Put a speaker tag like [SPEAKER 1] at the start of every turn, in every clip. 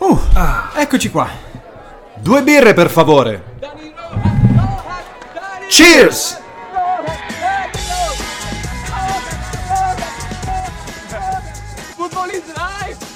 [SPEAKER 1] Uh,
[SPEAKER 2] Ah.
[SPEAKER 1] eccoci qua. Due birre per favore. Cheers!
[SPEAKER 3] Football is life!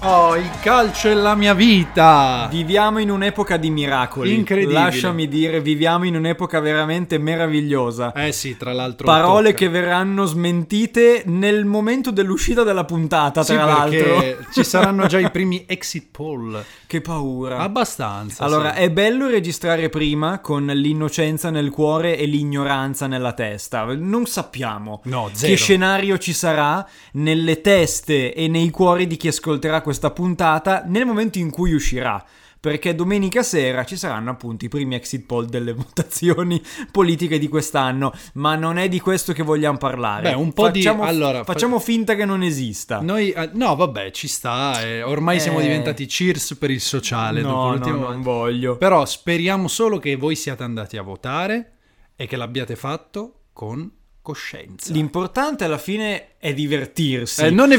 [SPEAKER 1] Oh, il calcio è la mia vita.
[SPEAKER 2] Viviamo in un'epoca di miracoli.
[SPEAKER 1] Incredibile.
[SPEAKER 2] Lasciami dire, viviamo in un'epoca veramente meravigliosa.
[SPEAKER 1] Eh sì, tra l'altro.
[SPEAKER 2] Parole
[SPEAKER 1] tocca.
[SPEAKER 2] che verranno smentite nel momento dell'uscita della puntata,
[SPEAKER 1] Sì,
[SPEAKER 2] tra
[SPEAKER 1] perché
[SPEAKER 2] l'altro.
[SPEAKER 1] ci saranno già i primi exit poll.
[SPEAKER 2] Che paura.
[SPEAKER 1] Abbastanza.
[SPEAKER 2] Allora,
[SPEAKER 1] sì.
[SPEAKER 2] è bello registrare prima con l'innocenza nel cuore e l'ignoranza nella testa. Non sappiamo
[SPEAKER 1] No, zero.
[SPEAKER 2] che scenario ci sarà nelle teste e nei cuori di chi ascolterà questa puntata nel momento in cui uscirà. Perché domenica sera ci saranno appunto i primi exit poll delle votazioni politiche di quest'anno, ma non è di questo che vogliamo parlare.
[SPEAKER 1] Beh, un po' di-
[SPEAKER 2] Facciamo-
[SPEAKER 1] allora, fa-
[SPEAKER 2] facciamo finta che non esista.
[SPEAKER 1] Noi, eh, no, vabbè, ci sta. eh, ormai siamo
[SPEAKER 2] Eh.
[SPEAKER 1] diventati cheers per il sociale.
[SPEAKER 2] No,
[SPEAKER 1] dopo
[SPEAKER 2] no,
[SPEAKER 1] l'ultimo-
[SPEAKER 2] non voglio.
[SPEAKER 1] Però speriamo solo che voi siate andati a votare e che l'abbiate fatto con coscienza.
[SPEAKER 2] L'importante alla fine è divertirsi.
[SPEAKER 1] Eh, non è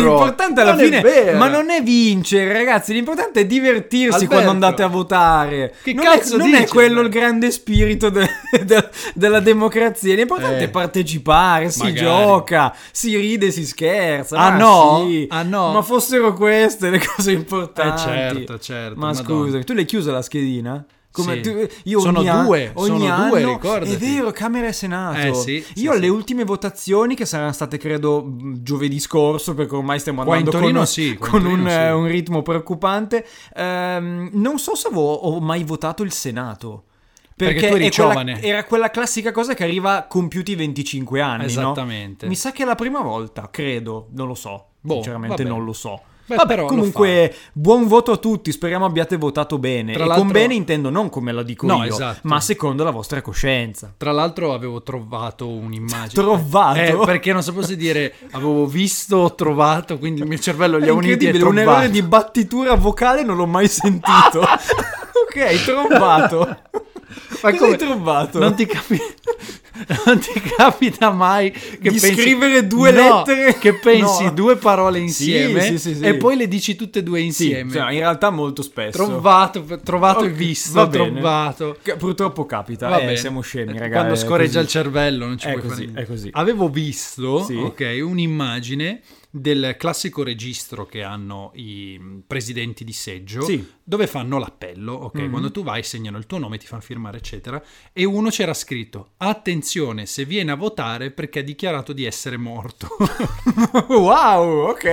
[SPEAKER 2] L'importante alla
[SPEAKER 1] Non è
[SPEAKER 2] fine,
[SPEAKER 1] vero!
[SPEAKER 2] ma non è vincere, ragazzi. L'importante è divertirsi
[SPEAKER 1] Alberto,
[SPEAKER 2] quando andate a votare.
[SPEAKER 1] che
[SPEAKER 2] non
[SPEAKER 1] cazzo
[SPEAKER 2] è, non
[SPEAKER 1] dici,
[SPEAKER 2] è quello il
[SPEAKER 1] Alberto?
[SPEAKER 2] grande spirito de- de- della democrazia. L'importante
[SPEAKER 1] Eh.
[SPEAKER 2] è partecipare. Si
[SPEAKER 1] Magari.
[SPEAKER 2] gioca, si ride, si scherza.
[SPEAKER 1] Ah,
[SPEAKER 2] ma
[SPEAKER 1] no?
[SPEAKER 2] sì.
[SPEAKER 1] Ah, no?
[SPEAKER 2] Ma fossero queste le cose
[SPEAKER 1] Eh,
[SPEAKER 2] importanti.
[SPEAKER 1] certo, certo.
[SPEAKER 2] Ma
[SPEAKER 1] madonna.
[SPEAKER 2] scusa, tu l'hai chiusa la schedina?
[SPEAKER 1] Sì.
[SPEAKER 2] tu- io
[SPEAKER 1] Sono
[SPEAKER 2] ogni an-
[SPEAKER 1] due, sono
[SPEAKER 2] ogni
[SPEAKER 1] due,
[SPEAKER 2] anno-
[SPEAKER 1] ricordati.
[SPEAKER 2] È vero, Camera e Senato.
[SPEAKER 1] Eh, sì, sì,
[SPEAKER 2] io alle
[SPEAKER 1] sì.
[SPEAKER 2] ultime votazioni che saranno state credo mh, giovedì scorso perché ormai stiamo
[SPEAKER 1] Qua in
[SPEAKER 2] andando
[SPEAKER 1] Torino
[SPEAKER 2] con,
[SPEAKER 1] sì, qua in
[SPEAKER 2] con
[SPEAKER 1] Torino
[SPEAKER 2] un,
[SPEAKER 1] sì.
[SPEAKER 2] eh, un ritmo preoccupante ehm, non so se avevo- ho mai votato il Senato
[SPEAKER 1] Perché tu eri
[SPEAKER 2] è quella-
[SPEAKER 1] giovane.
[SPEAKER 2] era quella classica cosa che arriva compiuti i 25 anni no?
[SPEAKER 1] Esattamente.
[SPEAKER 2] mi sa che è la prima volta credo non lo so
[SPEAKER 1] Boh,
[SPEAKER 2] sinceramente
[SPEAKER 1] vabbè.
[SPEAKER 2] non lo so
[SPEAKER 1] Beh,
[SPEAKER 2] Vabbè,
[SPEAKER 1] però lo
[SPEAKER 2] comunque, buon voto a tutti. Speriamo abbiate votato bene.
[SPEAKER 1] Tra
[SPEAKER 2] e
[SPEAKER 1] l'altro-
[SPEAKER 2] con bene intendo non come la dico
[SPEAKER 1] No,
[SPEAKER 2] io,
[SPEAKER 1] esatto.
[SPEAKER 2] ma secondo la vostra coscienza.
[SPEAKER 1] Tra l'altro avevo trovato un'immagine.
[SPEAKER 2] Trovato?
[SPEAKER 1] Eh, perché non sapevo se dire avevo visto o trovato, quindi il mio cervello li
[SPEAKER 2] È
[SPEAKER 1] ha uniti e
[SPEAKER 2] incredibile, un
[SPEAKER 1] trovato.
[SPEAKER 2] errore di battitura vocale non l'ho mai sentito. ok, trombato.
[SPEAKER 1] Ma
[SPEAKER 2] Cosa
[SPEAKER 1] come?
[SPEAKER 2] hai trombato?
[SPEAKER 1] Non ti, capi- non ti capita mai che
[SPEAKER 2] Di
[SPEAKER 1] pensi-
[SPEAKER 2] scrivere due
[SPEAKER 1] No,
[SPEAKER 2] lettere?
[SPEAKER 1] che pensi
[SPEAKER 2] No.
[SPEAKER 1] due parole
[SPEAKER 2] Sì,
[SPEAKER 1] insieme
[SPEAKER 2] sì, sì, sì.
[SPEAKER 1] e poi le dici tutte e due
[SPEAKER 2] Sì,
[SPEAKER 1] insieme.
[SPEAKER 2] cioè, in realtà molto spesso.
[SPEAKER 1] trovato, trovato e
[SPEAKER 2] Ok,
[SPEAKER 1] visto,
[SPEAKER 2] va bene.
[SPEAKER 1] trovato.
[SPEAKER 2] Che Purtroppo capita,
[SPEAKER 1] Va
[SPEAKER 2] eh,
[SPEAKER 1] bene.
[SPEAKER 2] siamo scemi, ragazzi.
[SPEAKER 1] Quando
[SPEAKER 2] è
[SPEAKER 1] scorreggia
[SPEAKER 2] così.
[SPEAKER 1] il cervello, non ci
[SPEAKER 2] È
[SPEAKER 1] puoi
[SPEAKER 2] così,
[SPEAKER 1] fare niente.
[SPEAKER 2] è così.
[SPEAKER 1] Avevo visto
[SPEAKER 2] Sì.
[SPEAKER 1] ok, un'immagine del classico registro che hanno i mm, presidenti di seggio
[SPEAKER 2] Sì.
[SPEAKER 1] dove fanno l'appello. Ok,
[SPEAKER 2] Mhm.
[SPEAKER 1] quando tu vai, segnano il tuo nome, ti fanno firmare, eccetera. E uno c'era scritto: Attenzione, se viene a votare perché ha dichiarato di essere morto.
[SPEAKER 2] wow, ok.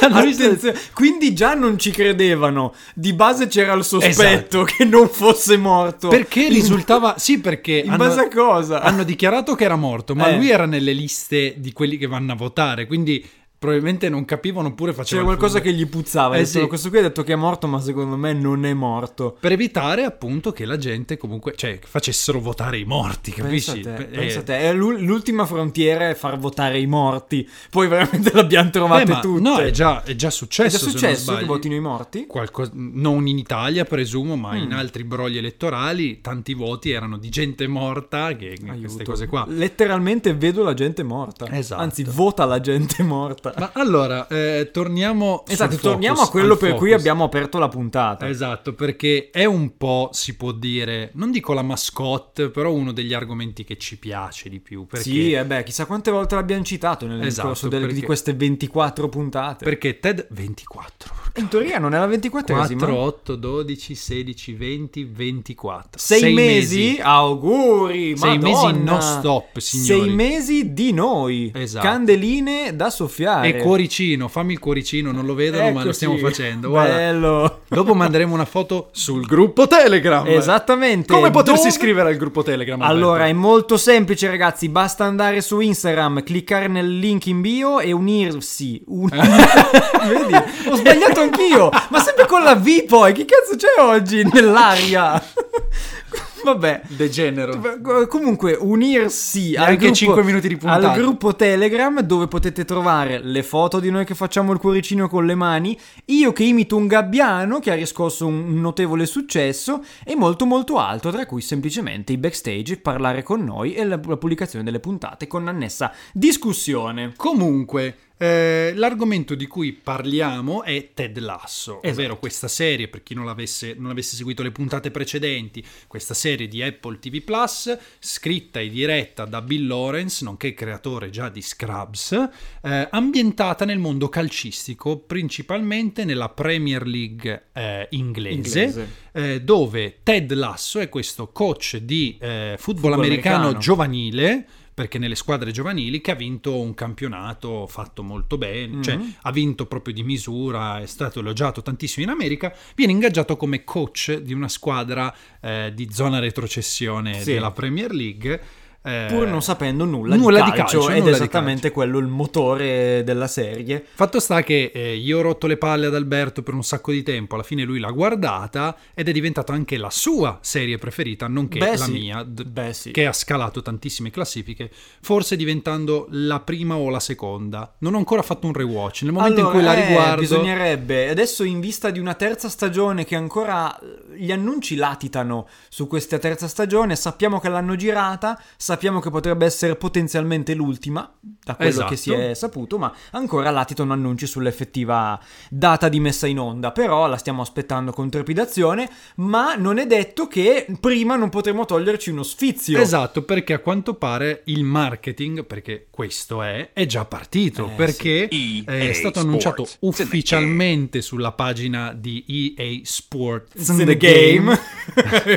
[SPEAKER 1] Hanno visto-
[SPEAKER 2] Attenzione, Quindi già non ci credevano. Di base c'era il sospetto
[SPEAKER 1] Esatto.
[SPEAKER 2] che non fosse morto.
[SPEAKER 1] Perché
[SPEAKER 2] In-
[SPEAKER 1] risultava. Sì, perché.
[SPEAKER 2] In base a cosa?
[SPEAKER 1] hanno dichiarato che era morto, ma
[SPEAKER 2] Eh.
[SPEAKER 1] lui era nelle liste di quelli che vanno a votare, quindi probabilmente non capivano oppure
[SPEAKER 2] C'era
[SPEAKER 1] facevano
[SPEAKER 2] qualcosa che gli puzzava. Ha
[SPEAKER 1] Eh,
[SPEAKER 2] detto,
[SPEAKER 1] sì.
[SPEAKER 2] Questo qui ha detto che è morto, ma secondo me non è morto.
[SPEAKER 1] per evitare appunto che la gente comunque, cioè, che facessero votare i morti,
[SPEAKER 2] Pensa a
[SPEAKER 1] capisci?
[SPEAKER 2] te,
[SPEAKER 1] Eh,
[SPEAKER 2] pensa a te. È l'u- l'ultima frontiera è far votare i morti. Poi veramente l'abbiamo
[SPEAKER 1] Beh,
[SPEAKER 2] trovate
[SPEAKER 1] Eh, ma
[SPEAKER 2] tutte.
[SPEAKER 1] no, è già, è già
[SPEAKER 2] È
[SPEAKER 1] successo.
[SPEAKER 2] già
[SPEAKER 1] se non
[SPEAKER 2] successo
[SPEAKER 1] sbagli.
[SPEAKER 2] che votino i morti?
[SPEAKER 1] Qualcosa- non in Italia, presumo, ma in
[SPEAKER 2] Mm.
[SPEAKER 1] altri brogli elettorali tanti voti erano di gente morta, che queste
[SPEAKER 2] Aiuto.
[SPEAKER 1] cose qua.
[SPEAKER 2] Letteralmente vedo la gente morta.
[SPEAKER 1] Esatto.
[SPEAKER 2] Anzi, vota la gente morta.
[SPEAKER 1] Ma allora, eh, torniamo sul
[SPEAKER 2] esatto,
[SPEAKER 1] focus,
[SPEAKER 2] torniamo a quello
[SPEAKER 1] al
[SPEAKER 2] per cui
[SPEAKER 1] focus.
[SPEAKER 2] abbiamo aperto la puntata.
[SPEAKER 1] Esatto, perché è un po', si può dire, non dico la mascotte, però uno degli argomenti che ci piace di più. Perché,
[SPEAKER 2] Sì, eh beh, chissà quante volte l'abbiamo citato nel
[SPEAKER 1] Esatto,
[SPEAKER 2] corso del- di
[SPEAKER 1] perché-
[SPEAKER 2] queste 24 puntate.
[SPEAKER 1] perché TED 24.
[SPEAKER 2] In teoria non è la 24esima.
[SPEAKER 1] 4, 8, 12, 16, 20, 24.
[SPEAKER 2] Sei, mesi? Auguri!
[SPEAKER 1] Sei
[SPEAKER 2] madonna.
[SPEAKER 1] mesi non stop, signori.
[SPEAKER 2] Sei mesi di noi.
[SPEAKER 1] Esatto.
[SPEAKER 2] Candeline da soffiare.
[SPEAKER 1] E cuoricino, fammi il cuoricino, non lo vedono, ma lo
[SPEAKER 2] Eccoci.
[SPEAKER 1] stiamo facendo. Guarda.
[SPEAKER 2] Bello.
[SPEAKER 1] Dopo manderemo una foto sul gruppo Telegram.
[SPEAKER 2] Esattamente.
[SPEAKER 1] Come potersi
[SPEAKER 2] Dove-
[SPEAKER 1] iscrivere al gruppo Telegram? Alberto?
[SPEAKER 2] Allora, è molto semplice, ragazzi. Basta andare su Instagram, cliccare nel link in bio e unirsi. Un- Vedi? Ho sbagliato anch'io. Ma sempre con la V poi. Che cazzo c'è oggi nell'aria? Vabbè.
[SPEAKER 1] degenero.
[SPEAKER 2] Comunque, unirsi al
[SPEAKER 1] Neanche
[SPEAKER 2] gruppo,
[SPEAKER 1] cinque minuti di puntata.
[SPEAKER 2] al gruppo Telegram dove potete trovare le foto di noi che facciamo il cuoricino con le mani, io che imito un gabbiano che ha riscosso un notevole successo e molto molto altro, tra cui semplicemente i backstage, parlare con noi e la la pubblicazione delle puntate con annessa discussione.
[SPEAKER 1] Comunque, Eh, l'argomento di cui parliamo è Ted Lasso,
[SPEAKER 2] Esatto.
[SPEAKER 1] ovvero questa serie, per chi non, l'avesse- non avesse seguito le puntate precedenti, questa serie di Apple TV Plus, scritta e diretta da Bill Lawrence, nonché creatore già di Scrubs, eh, ambientata nel mondo calcistico, principalmente nella Premier League eh, inglese, eh, dove Ted Lasso è questo coach di eh, football, americano,
[SPEAKER 2] americano.
[SPEAKER 1] giovanile perché nelle squadre giovanili che ha vinto un campionato fatto molto bene, cioè
[SPEAKER 2] Mhm.
[SPEAKER 1] ha vinto proprio di misura, è stato elogiato tantissimo in America, viene ingaggiato come coach di una squadra eh, di zona retrocessione
[SPEAKER 2] Sì.
[SPEAKER 1] della Premier League. eh,
[SPEAKER 2] Pur non sapendo nulla,
[SPEAKER 1] nulla
[SPEAKER 2] di
[SPEAKER 1] di
[SPEAKER 2] calcio,
[SPEAKER 1] calcio,
[SPEAKER 2] ed
[SPEAKER 1] nulla di
[SPEAKER 2] esattamente quello il motore della serie.
[SPEAKER 1] Fatto sta che eh, io ho rotto le palle ad Alberto per un sacco di tempo, alla fine lui l'ha guardata ed è diventata anche la sua serie preferita, nonché
[SPEAKER 2] Beh,
[SPEAKER 1] la
[SPEAKER 2] sì.
[SPEAKER 1] mia, d-
[SPEAKER 2] Beh, sì.
[SPEAKER 1] che ha scalato tantissime classifiche, forse diventando la prima o la seconda. Non ho ancora fatto un rewatch, nel momento in
[SPEAKER 2] Allora,
[SPEAKER 1] cui la
[SPEAKER 2] eh,
[SPEAKER 1] riguardo...
[SPEAKER 2] bisognerebbe adesso in vista di una terza stagione che ancora eh, gli annunci latitano su questa terza stagione, sappiamo che l'hanno girata, sappiamo che potrebbe essere potenzialmente l'ultima, da quello
[SPEAKER 1] Esatto.
[SPEAKER 2] che si è saputo, ma ancora latitano annunci sull'effettiva data di messa in onda, però la stiamo aspettando con trepidazione, ma non è detto che prima non potremo toglierci uno sfizio.
[SPEAKER 1] Esatto, perché a quanto pare il marketing, perché questo è, è già partito,
[SPEAKER 2] Eh,
[SPEAKER 1] perché
[SPEAKER 4] sì.
[SPEAKER 1] eh, è
[SPEAKER 4] EA Sports.
[SPEAKER 1] stato annunciato
[SPEAKER 4] It's in the
[SPEAKER 1] ufficialmente sulla pagina di EA Sports
[SPEAKER 2] It's in the game.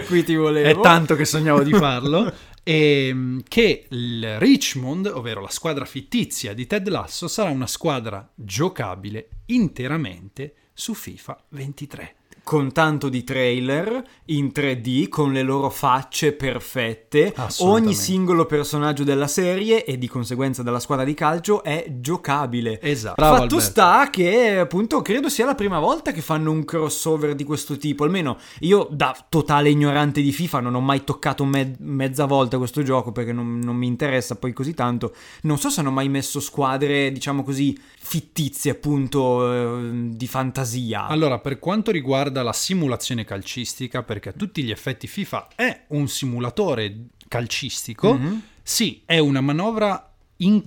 [SPEAKER 2] Qui ti volevo.
[SPEAKER 1] È tanto che sognavo di farlo. ehm, che il Richmond, ovvero la squadra fittizia di Ted Lasso, sarà una squadra giocabile interamente su FIFA 23.
[SPEAKER 2] con tanto di trailer in 3D con le loro facce perfette.
[SPEAKER 1] Assolutamente.
[SPEAKER 2] Ogni singolo personaggio della serie e di conseguenza della squadra di calcio è giocabile.
[SPEAKER 1] Esatto.
[SPEAKER 2] Fatto sta che appunto credo sia la prima volta che fanno un crossover di questo tipo, almeno io da totale ignorante di FIFA non ho mai toccato me- mezza volta questo gioco perché non, non mi interessa poi così tanto, non so se hanno mai messo squadre diciamo così fittizie appunto ehm, di fantasia.
[SPEAKER 1] Allora, per quanto riguarda la simulazione calcistica, perché a tutti gli effetti FIFA è un simulatore calcistico,
[SPEAKER 2] Mhm.
[SPEAKER 1] sì, è una manovra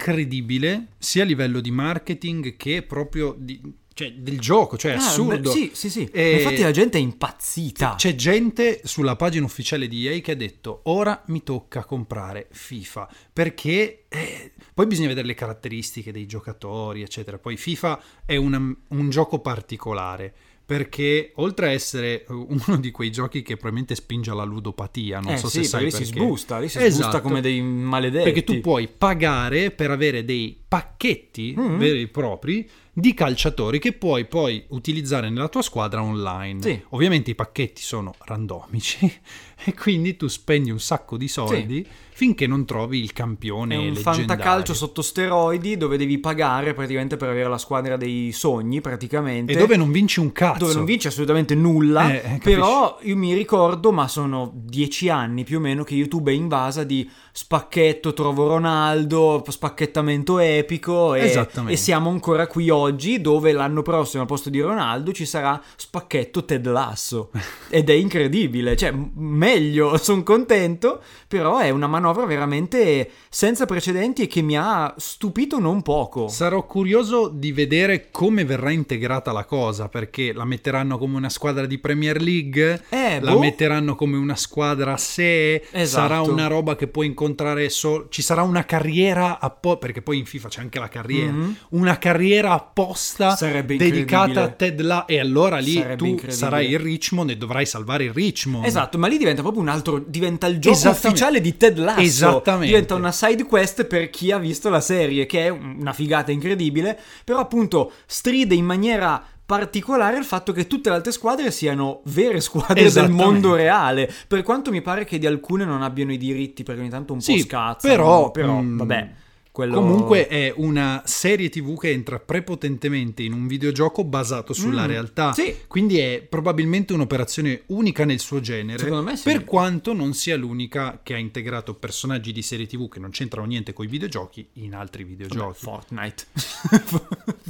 [SPEAKER 1] incredibile sia a livello di marketing che proprio di- cioè, del gioco, cioè è
[SPEAKER 2] Ah,
[SPEAKER 1] assurdo.
[SPEAKER 2] beh, sì, sì, sì.
[SPEAKER 1] E- Cioè,
[SPEAKER 2] Infatti la gente è impazzita.
[SPEAKER 1] C'è gente sulla pagina ufficiale di EA che ha detto ora mi tocca comprare FIFA perché eh, poi bisogna vedere le caratteristiche dei giocatori eccetera. Poi FIFA è una- un gioco particolare perché oltre a essere eh, uno di quei giochi che probabilmente spinge alla ludopatia, non
[SPEAKER 2] Eh
[SPEAKER 1] so
[SPEAKER 2] sì,
[SPEAKER 1] se sai
[SPEAKER 2] perché
[SPEAKER 1] perché.
[SPEAKER 2] si sbusta, lì si sbusta
[SPEAKER 1] Esatto.
[SPEAKER 2] come dei maledetti.
[SPEAKER 1] Perché tu puoi pagare per avere dei pacchetti
[SPEAKER 2] Mm.
[SPEAKER 1] veri e propri di calciatori che puoi poi utilizzare nella tua squadra online.
[SPEAKER 2] Sì.
[SPEAKER 1] Ovviamente i pacchetti sono randomici e quindi tu spendi un sacco di soldi finché non trovi il campione
[SPEAKER 2] È un
[SPEAKER 1] leggendario.
[SPEAKER 2] fantacalcio sotto steroidi dove devi pagare praticamente per avere la squadra dei sogni, praticamente.
[SPEAKER 1] e dove non vinci un cazzo.
[SPEAKER 2] dove non vinci assolutamente nulla.
[SPEAKER 1] Eh, eh, capisci.
[SPEAKER 2] però io mi ricordo, ma sono dieci anni più o meno, che YouTube è invasa di spacchetto, trovo Ronaldo, spacchettamento epico. E,
[SPEAKER 1] Esattamente.
[SPEAKER 2] e siamo ancora qui oggi, dove l'anno prossimo al posto di Ronaldo ci sarà spacchetto Ted Lasso. Ed è incredibile, cioè m- meglio, sono contento, però è una manovra veramente senza precedenti e che mi ha stupito non poco.
[SPEAKER 1] Sarò curioso di vedere come verrà integrata la cosa, perché la metteranno come una squadra di Premier League,
[SPEAKER 2] Eh,
[SPEAKER 1] la
[SPEAKER 2] boh.
[SPEAKER 1] metteranno come una squadra a sé,
[SPEAKER 2] Esatto.
[SPEAKER 1] sarà una roba che può incontrare solo, ci sarà una carriera apposta, perché poi in FIFA c'è anche la carriera,
[SPEAKER 2] Mhm.
[SPEAKER 1] una carriera apposta
[SPEAKER 2] Sarebbe
[SPEAKER 1] dedicata a
[SPEAKER 2] incredibile.
[SPEAKER 1] Ted La e allora lì
[SPEAKER 2] Sarebbe
[SPEAKER 1] tu
[SPEAKER 2] incredibile.
[SPEAKER 1] sarai il Richmond e dovrai salvare il Richmond.
[SPEAKER 2] Esatto, ma lì diventa proprio un altro. Diventa il gioco
[SPEAKER 1] Esattamente.
[SPEAKER 2] ufficiale di Ted Lasso.
[SPEAKER 1] Esattamente.
[SPEAKER 2] Diventa una side quest per chi ha visto la serie, che è una figata incredibile. Però, appunto, stride in maniera particolare il fatto che tutte le altre squadre siano vere squadre del
[SPEAKER 1] Esattamente.
[SPEAKER 2] mondo reale. Per quanto mi pare che di alcune non abbiano i diritti, perché ogni tanto un po'
[SPEAKER 1] Sì,
[SPEAKER 2] scazzano.
[SPEAKER 1] però,
[SPEAKER 2] però
[SPEAKER 1] mm,
[SPEAKER 2] vabbè. quello-
[SPEAKER 1] Comunque è una serie TV che entra prepotentemente in un videogioco basato sulla
[SPEAKER 2] Mm,
[SPEAKER 1] realtà.
[SPEAKER 2] sì.
[SPEAKER 1] Quindi è probabilmente un'operazione unica nel suo genere.
[SPEAKER 2] Secondo me sì.
[SPEAKER 1] Per quanto non sia l'unica che ha integrato personaggi di serie TV che non c'entrano niente con i videogiochi in altri
[SPEAKER 2] Vabbè,
[SPEAKER 1] videogiochi.
[SPEAKER 2] Fortnite.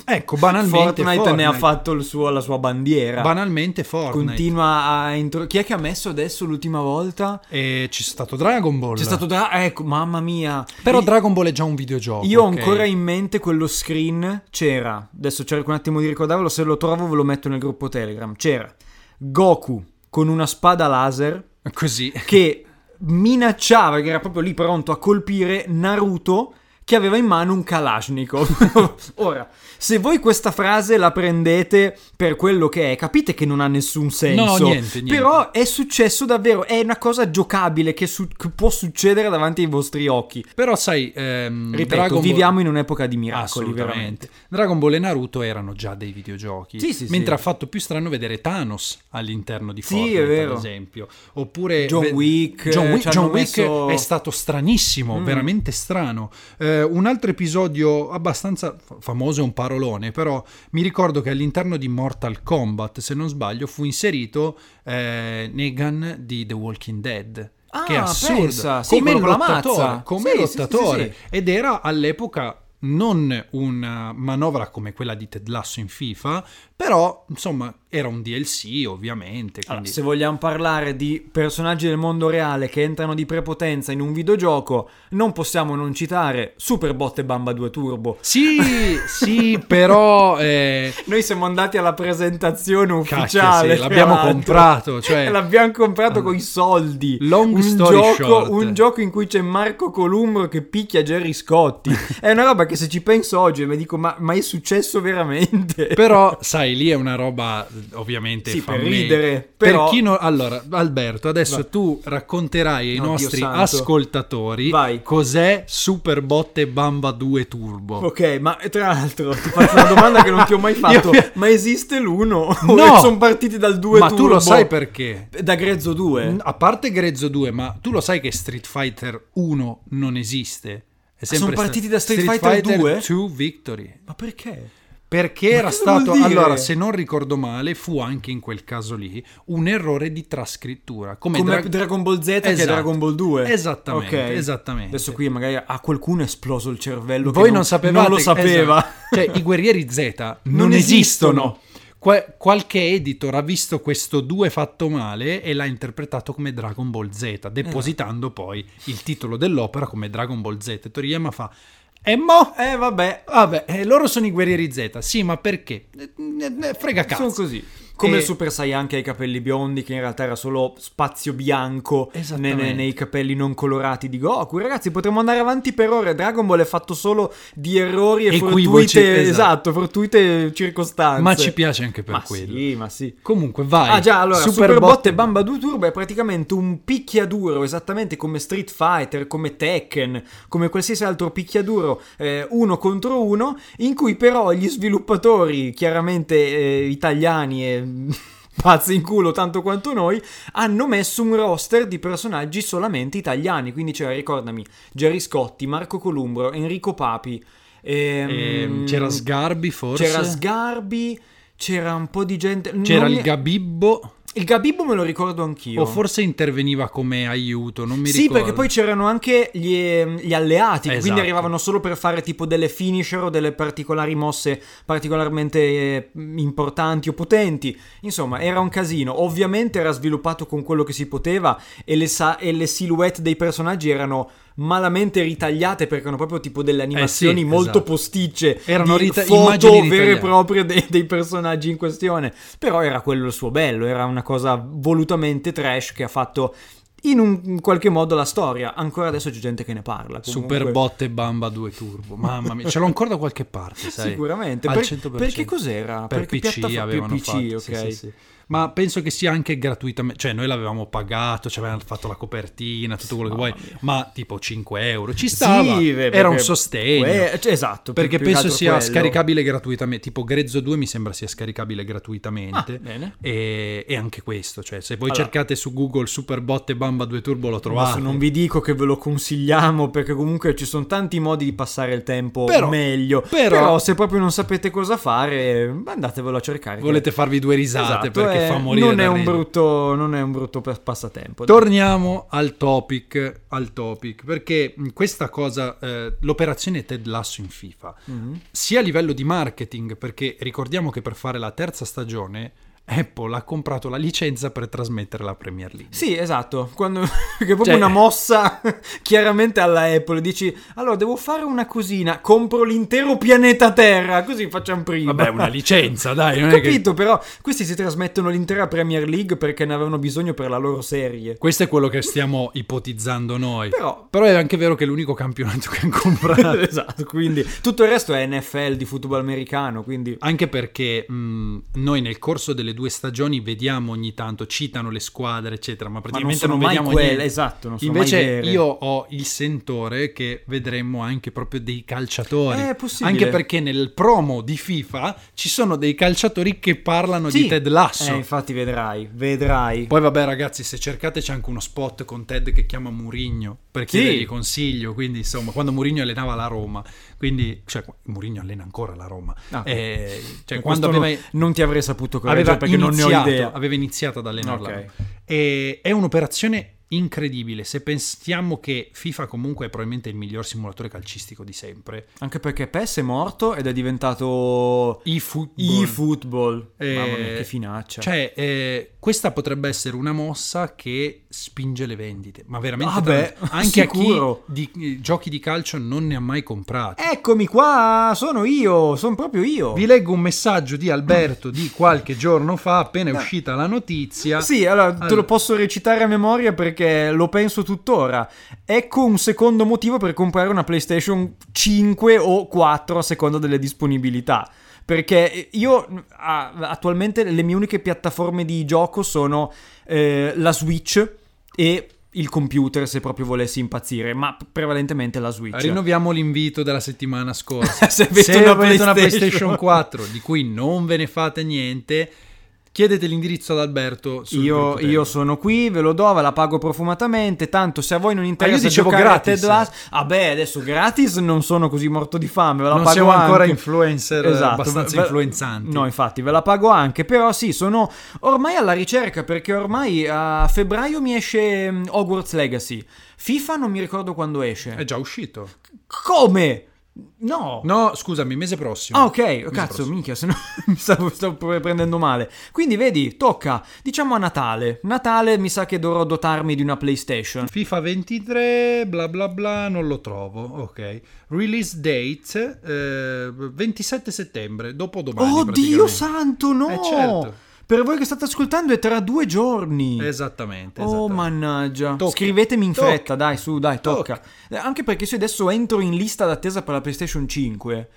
[SPEAKER 1] ecco, banalmente
[SPEAKER 2] Fortnite, ne ha
[SPEAKER 1] Fortnite.
[SPEAKER 2] fatto il suo- la sua bandiera.
[SPEAKER 1] Banalmente Fortnite.
[SPEAKER 2] Continua a intro... Chi è che ha messo adesso l'ultima volta?
[SPEAKER 1] E c'è stato Dragon Ball.
[SPEAKER 2] C'è stato da... Ecco, mamma mia.
[SPEAKER 1] Però
[SPEAKER 2] Il-
[SPEAKER 1] Dragon Ball è già un videogioco.
[SPEAKER 2] Io ho
[SPEAKER 1] Oh, ok?
[SPEAKER 2] ancora in mente quello screen, c'era, adesso cerco un attimo di ricordarvelo, se lo trovo ve lo metto nel gruppo Telegram, c'era Goku con una spada laser
[SPEAKER 1] Così.
[SPEAKER 2] che minacciava, che era proprio lì pronto a colpire Naruto che aveva in mano un Kalashnikov. Ora, se voi questa frase la prendete per quello che è, capite che non ha nessun senso.
[SPEAKER 1] niente, niente.
[SPEAKER 2] Però è successo davvero, è una cosa giocabile che, su- che può succedere davanti ai vostri occhi.
[SPEAKER 1] Però sai, ehm,
[SPEAKER 2] Ripeto,
[SPEAKER 1] Dragon Ball-
[SPEAKER 2] viviamo in un'epoca di miracoli,
[SPEAKER 1] Assolutamente.
[SPEAKER 2] veramente.
[SPEAKER 1] Dragon Ball e Naruto erano già dei videogiochi.
[SPEAKER 2] Sì, sì,
[SPEAKER 1] mentre
[SPEAKER 2] sì.
[SPEAKER 1] ha fatto più strano vedere Thanos all'interno di
[SPEAKER 2] Sì,
[SPEAKER 1] Fortnite,
[SPEAKER 2] è vero.
[SPEAKER 1] ad esempio. Oppure
[SPEAKER 2] John Wick, eh,
[SPEAKER 1] John Wick,
[SPEAKER 2] ci hanno
[SPEAKER 1] John Wick
[SPEAKER 2] messo-
[SPEAKER 1] è stato stranissimo,
[SPEAKER 2] Mm.
[SPEAKER 1] veramente strano. Eh, un altro episodio abbastanza f- famoso è un parolone, però mi ricordo che all'interno di Mortal Kombat, se non sbaglio, fu inserito eh, Negan di The Walking Dead.
[SPEAKER 2] Ah,
[SPEAKER 1] che è assurdo,
[SPEAKER 2] pensa, sì,
[SPEAKER 1] come
[SPEAKER 2] quello con la
[SPEAKER 1] lottatore,
[SPEAKER 2] mazza. Sì,
[SPEAKER 1] come
[SPEAKER 2] sì, sì,
[SPEAKER 1] lottatore
[SPEAKER 2] sì, sì.
[SPEAKER 1] ed era all'epoca non una manovra come quella di Ted Lasso in FIFA, però insomma era un DLC ovviamente.
[SPEAKER 2] Allora,
[SPEAKER 1] quindi-
[SPEAKER 2] se vogliamo parlare di personaggi del mondo reale che entrano di prepotenza in un videogioco, non possiamo non citare Superbot e Bamba 2 Turbo.
[SPEAKER 1] Sì, sì, però... eh,
[SPEAKER 2] Noi siamo andati alla presentazione
[SPEAKER 1] Cacchio,
[SPEAKER 2] ufficiale.
[SPEAKER 1] sì,
[SPEAKER 2] tra
[SPEAKER 1] l'abbiamo
[SPEAKER 2] l'altro.
[SPEAKER 1] comprato, cioè-
[SPEAKER 2] l'abbiamo comprato con i soldi.
[SPEAKER 1] Long
[SPEAKER 2] un
[SPEAKER 1] story
[SPEAKER 2] gioco,
[SPEAKER 1] short.
[SPEAKER 2] Un gioco in cui c'è Marco Columbro che picchia Jerry Scotti. È una roba che se ci penso oggi mi dico, ma, ma è successo veramente?
[SPEAKER 1] Però, sai, lì è una roba eh, ovviamente
[SPEAKER 2] Sì,
[SPEAKER 1] fan
[SPEAKER 2] per
[SPEAKER 1] made.
[SPEAKER 2] ridere,
[SPEAKER 1] Per
[SPEAKER 2] però-
[SPEAKER 1] chi non- Allora, Alberto, adesso
[SPEAKER 2] Va.
[SPEAKER 1] tu racconterai ai
[SPEAKER 2] No, Dio
[SPEAKER 1] nostri
[SPEAKER 2] santo.
[SPEAKER 1] ascoltatori
[SPEAKER 2] Vai.
[SPEAKER 1] cos'è Superbotte Bamba 2 Turbo.
[SPEAKER 2] Ok, ma eh, tra l'altro ti faccio una domanda che non ti ho mai fatto.
[SPEAKER 1] Io-
[SPEAKER 2] Ma esiste l'uno?
[SPEAKER 1] No!
[SPEAKER 2] sono partiti dal 2
[SPEAKER 1] Ma tu lo sai perché?
[SPEAKER 2] Da Grezzo 2?
[SPEAKER 1] Mm, A parte Grezzo 2, ma tu lo sai che Street Fighter 1 non esiste? È
[SPEAKER 2] Ah, sono
[SPEAKER 1] sta-
[SPEAKER 2] partiti da Street Fighter 2?
[SPEAKER 1] 2 Victory.
[SPEAKER 2] Ma perché?
[SPEAKER 1] Perché
[SPEAKER 2] Ma
[SPEAKER 1] era
[SPEAKER 2] cosa vuol
[SPEAKER 1] stato,
[SPEAKER 2] dire?
[SPEAKER 1] allora, se non ricordo male, fu anche in quel caso lì un errore di trascrittura. Come,
[SPEAKER 2] Come
[SPEAKER 1] Dra-
[SPEAKER 2] Dragon Ball Z che è
[SPEAKER 1] Esatto.
[SPEAKER 2] Dragon Ball 2.
[SPEAKER 1] Esattamente,
[SPEAKER 2] Ok.
[SPEAKER 1] esattamente.
[SPEAKER 2] Adesso qui magari a qualcuno è esploso il cervello. che
[SPEAKER 1] Voi non, sapevate
[SPEAKER 2] Non lo sapeva.
[SPEAKER 1] esatto. Cioè, i guerrieri Z non,
[SPEAKER 2] Non
[SPEAKER 1] esistono.
[SPEAKER 2] esistono.
[SPEAKER 1] Qua- qualche editor ha visto questo 2 fatto male e l'ha interpretato come Dragon Ball
[SPEAKER 2] Esatto.
[SPEAKER 1] Z, depositando poi il titolo dell'opera come Dragon Ball Z. E Toriyama fa. E mo?
[SPEAKER 2] eh vabbè,
[SPEAKER 1] Vabbè, eh, loro sono i guerrieri Z. Sì, ma perché? Eh, eh, eh, Frega cazzo.
[SPEAKER 2] sono così. Come
[SPEAKER 1] E-
[SPEAKER 2] il Super Saiyan che ha i capelli biondi, che in realtà era solo spazio bianco ne- ne-
[SPEAKER 1] Esattamente.
[SPEAKER 2] nei, capelli non colorati di Goku. Ragazzi, potremmo andare avanti per ore. Dragon Ball è fatto solo di errori e
[SPEAKER 1] Equivoci,
[SPEAKER 2] fortuite, esatto.
[SPEAKER 1] esatto.
[SPEAKER 2] fortuite circostanze.
[SPEAKER 1] Ma ci piace anche per
[SPEAKER 2] Ma
[SPEAKER 1] quello.
[SPEAKER 2] Sì, ma sì.
[SPEAKER 1] Comunque, vai.
[SPEAKER 2] Ah già, allora,
[SPEAKER 1] Superbot-
[SPEAKER 2] Superbot e Bamba 2 Turbo è praticamente un picchiaduro, esattamente come Street Fighter, come Tekken, come qualsiasi altro picchiaduro eh, uno contro uno, in cui però gli sviluppatori, chiaramente eh, italiani e pazzi in culo tanto quanto noi, hanno messo un roster di personaggi solamente italiani, quindi c'era, ricordami, Gerry Scotti, Marco Columbro, Enrico Papi, ehm,
[SPEAKER 1] Ehm, c'era Sgarbi, forse.
[SPEAKER 2] c'era Sgarbi, c'era un po' di gente...
[SPEAKER 1] C'era
[SPEAKER 2] non
[SPEAKER 1] il
[SPEAKER 2] ne-
[SPEAKER 1] Gabibbo.
[SPEAKER 2] il Gabibbo me lo ricordo anch'io.
[SPEAKER 1] O forse interveniva come aiuto, non mi
[SPEAKER 2] sì,
[SPEAKER 1] ricordo.
[SPEAKER 2] perché poi c'erano anche gli, ehm, gli alleati, che
[SPEAKER 1] Esatto.
[SPEAKER 2] quindi arrivavano solo per fare tipo delle finisher o delle particolari mosse particolarmente eh, importanti o potenti. Insomma, era un casino. Ovviamente era sviluppato con quello che si poteva e le, sa- e le silhouette dei personaggi erano malamente ritagliate perché erano proprio tipo delle animazioni
[SPEAKER 1] Eh sì,
[SPEAKER 2] molto
[SPEAKER 1] esatto.
[SPEAKER 2] posticce
[SPEAKER 1] Erano
[SPEAKER 2] di
[SPEAKER 1] rita- immagini
[SPEAKER 2] foto vere
[SPEAKER 1] ritagliate.
[SPEAKER 2] e proprie dei, dei personaggi in questione però era quello il suo bello era una cosa volutamente trash che ha fatto in un in qualche modo la storia ancora adesso c'è gente che ne parla comunque.
[SPEAKER 1] Superbotte Bamba 2 Turbo. Mamma mia, ce l'ho ancora da qualche parte, sai?
[SPEAKER 2] Sicuramente,
[SPEAKER 1] Al
[SPEAKER 2] per-
[SPEAKER 1] 100%.
[SPEAKER 2] perché cos'era?
[SPEAKER 1] Per
[SPEAKER 2] Perché
[SPEAKER 1] PC
[SPEAKER 2] piattafo-
[SPEAKER 1] avevano
[SPEAKER 2] per PC,
[SPEAKER 1] fatto. sì,
[SPEAKER 2] ok.
[SPEAKER 1] sì, sì. Ma penso che sia anche gratuitamente, cioè noi l'avevamo pagato, ci avevano fatto la copertina, tutto quello che vuoi, ma tipo 5 euro ci stava,
[SPEAKER 2] Sì, beh,
[SPEAKER 1] era un
[SPEAKER 2] perché-
[SPEAKER 1] sostegno.
[SPEAKER 2] Eh, cioè, esatto più-
[SPEAKER 1] perché
[SPEAKER 2] più che
[SPEAKER 1] penso
[SPEAKER 2] altro
[SPEAKER 1] sia
[SPEAKER 2] quello.
[SPEAKER 1] scaricabile gratuitamente, tipo Grezzo 2 mi sembra sia scaricabile gratuitamente.
[SPEAKER 2] Ah, bene.
[SPEAKER 1] E, e anche questo, cioè se voi
[SPEAKER 2] Allora.
[SPEAKER 1] cercate su Google Superbot e Bamba 2 Turbo lo
[SPEAKER 2] Adesso
[SPEAKER 1] trovate.
[SPEAKER 2] non vi dico che ve lo consigliamo perché comunque ci sono tanti modi di passare il tempo
[SPEAKER 1] Però-
[SPEAKER 2] meglio.
[SPEAKER 1] però-
[SPEAKER 2] se proprio non sapete cosa fare, andatevelo a cercare.
[SPEAKER 1] Volete farvi due risate
[SPEAKER 2] Esatto,
[SPEAKER 1] perché
[SPEAKER 2] eh,
[SPEAKER 1] fa morire
[SPEAKER 2] non è,
[SPEAKER 1] da
[SPEAKER 2] un
[SPEAKER 1] ridere.
[SPEAKER 2] brutto, non è un brutto pa- passatempo.
[SPEAKER 1] Torniamo al topic, al topic, perché mh, questa cosa, eh, l'operazione Ted Lasso in FIFA,
[SPEAKER 2] Mhm.
[SPEAKER 1] sia a livello di marketing, perché ricordiamo che per fare la terza stagione Apple ha comprato la licenza per trasmettere la Premier League.
[SPEAKER 2] Sì, esatto, Quando- che è proprio
[SPEAKER 1] Cioè-
[SPEAKER 2] una mossa chiaramente alla Apple, dici allora devo fare una cosina, compro l'intero pianeta Terra, così facciamo prima.
[SPEAKER 1] Vabbè, una licenza, dai, non è che-
[SPEAKER 2] Capito, però questi si trasmettono l'intera Premier League perché ne avevano bisogno per la loro serie.
[SPEAKER 1] Questo è quello che stiamo ipotizzando noi.
[SPEAKER 2] Però-
[SPEAKER 1] è anche vero che è l'unico campionato che hanno comprato.
[SPEAKER 2] esatto, quindi tutto il resto è NFL di football americano, quindi
[SPEAKER 1] Anche perché mh, noi nel corso delle due stagioni vediamo ogni tanto, citano le squadre, eccetera, ma
[SPEAKER 2] ma non
[SPEAKER 1] praticamente
[SPEAKER 2] sono
[SPEAKER 1] non,
[SPEAKER 2] mai
[SPEAKER 1] vediamo
[SPEAKER 2] quelle,
[SPEAKER 1] niente.
[SPEAKER 2] esatto, non sono mai
[SPEAKER 1] Invece
[SPEAKER 2] vere.
[SPEAKER 1] io ho il sentore che vedremmo anche proprio dei calciatori.
[SPEAKER 2] Eh, è possibile.
[SPEAKER 1] anche perché nel promo di FIFA ci sono dei calciatori che parlano
[SPEAKER 2] Sì.
[SPEAKER 1] di Ted Lasso. Cioè,
[SPEAKER 2] Eh, infatti vedrai, vedrai.
[SPEAKER 1] Poi vabbè ragazzi, se cercate c'è anche uno spot con Ted che chiama Murigno per
[SPEAKER 2] Sì.
[SPEAKER 1] chiedergli consiglio, quindi insomma, quando Murigno allenava la Roma, quindi cioè Murigno allena ancora la Roma.
[SPEAKER 2] Ah.
[SPEAKER 1] Eh,
[SPEAKER 2] Questo
[SPEAKER 1] cioè quando
[SPEAKER 2] no-
[SPEAKER 1] aveva
[SPEAKER 2] non ti avrei saputo correggere
[SPEAKER 1] aveva
[SPEAKER 2] perché non ne ho
[SPEAKER 1] iniziato-
[SPEAKER 2] idea.
[SPEAKER 1] Aveva iniziato ad allenarla.
[SPEAKER 2] Ok.
[SPEAKER 1] E è un'operazione incredibile. Se pensiamo che FIFA comunque è probabilmente il miglior simulatore calcistico di sempre.
[SPEAKER 2] Anche perché PES è morto ed è diventato
[SPEAKER 1] I football.
[SPEAKER 2] eFootball.
[SPEAKER 1] Eh,
[SPEAKER 2] Mamma mia, che finaccia.
[SPEAKER 1] Cioè, eh, questa potrebbe essere una mossa che spinge le vendite, ma veramente
[SPEAKER 2] Vabbè,
[SPEAKER 1] tanto. anche
[SPEAKER 2] sicuro.
[SPEAKER 1] a chi di- eh, giochi di calcio non ne ha mai comprati.
[SPEAKER 2] Eccomi qua, sono io, sono proprio io.
[SPEAKER 1] Eh, Vi leggo un messaggio di Alberto di qualche giorno fa, appena è uscita la notizia.
[SPEAKER 2] Sì, allora te
[SPEAKER 1] Allora.
[SPEAKER 2] lo posso recitare a memoria perché lo penso tuttora. Ecco un secondo motivo per comprare una PlayStation 5 o 4 a seconda delle disponibilità. Perché io mh, a- attualmente le mie uniche piattaforme di gioco sono eh, la Switch e il computer se proprio volessi impazzire, ma prevalentemente la Switch.
[SPEAKER 1] Rinnoviamo l'invito della settimana scorsa.
[SPEAKER 2] Se avete una
[SPEAKER 1] avete una
[SPEAKER 2] PlayStation.
[SPEAKER 1] PlayStation 4 di cui non ve ne fate niente, chiedete l'indirizzo ad Alberto. sul
[SPEAKER 2] Io,
[SPEAKER 1] gruppo
[SPEAKER 2] io
[SPEAKER 1] Telegram.
[SPEAKER 2] sono qui, ve lo do, ve la pago profumatamente. Tanto se a voi non interessa,
[SPEAKER 1] io dicevo
[SPEAKER 2] giocare a
[SPEAKER 1] gratis.
[SPEAKER 2] Ted Lasso- Vabbè, adesso gratis non sono così morto di fame. Ve la
[SPEAKER 1] Non
[SPEAKER 2] pago
[SPEAKER 1] siamo ancora
[SPEAKER 2] anche. Esatto,
[SPEAKER 1] influencer, eh, abbastanza
[SPEAKER 2] ve-
[SPEAKER 1] influenzanti.
[SPEAKER 2] No, infatti, ve la pago anche. Però sì, sono ormai alla ricerca perché ormai a febbraio mi esce mm, Hogwarts Legacy. FIFA non mi ricordo quando esce.
[SPEAKER 1] È già uscito.
[SPEAKER 2] Come? No.
[SPEAKER 1] No, scusami, mese prossimo.
[SPEAKER 2] Ah, ok,
[SPEAKER 1] Mese
[SPEAKER 2] cazzo,
[SPEAKER 1] prossimo.
[SPEAKER 2] minchia, se no mi stavo, stavo pre- prendendo male. Quindi, vedi, tocca, diciamo a Natale. Natale mi sa che dovrò dotarmi di una PlayStation.
[SPEAKER 1] FIFA 23, bla bla bla, non lo trovo. Ok. Release date eh, 27 settembre, dopodomani.
[SPEAKER 2] oh, Dio
[SPEAKER 1] praticamente.
[SPEAKER 2] santo, no!
[SPEAKER 1] Eh, certo.
[SPEAKER 2] Per voi che state ascoltando è tra due giorni.
[SPEAKER 1] Esattamente.
[SPEAKER 2] Oh
[SPEAKER 1] esattamente.
[SPEAKER 2] mannaggia.
[SPEAKER 1] esatto. Tocca.
[SPEAKER 2] Scrivetemi in
[SPEAKER 1] Tocca.
[SPEAKER 2] fretta, dai, su, dai, tocca.
[SPEAKER 1] Tocca.
[SPEAKER 2] Eh, Anche perché se adesso entro in lista d'attesa per la PlayStation 5,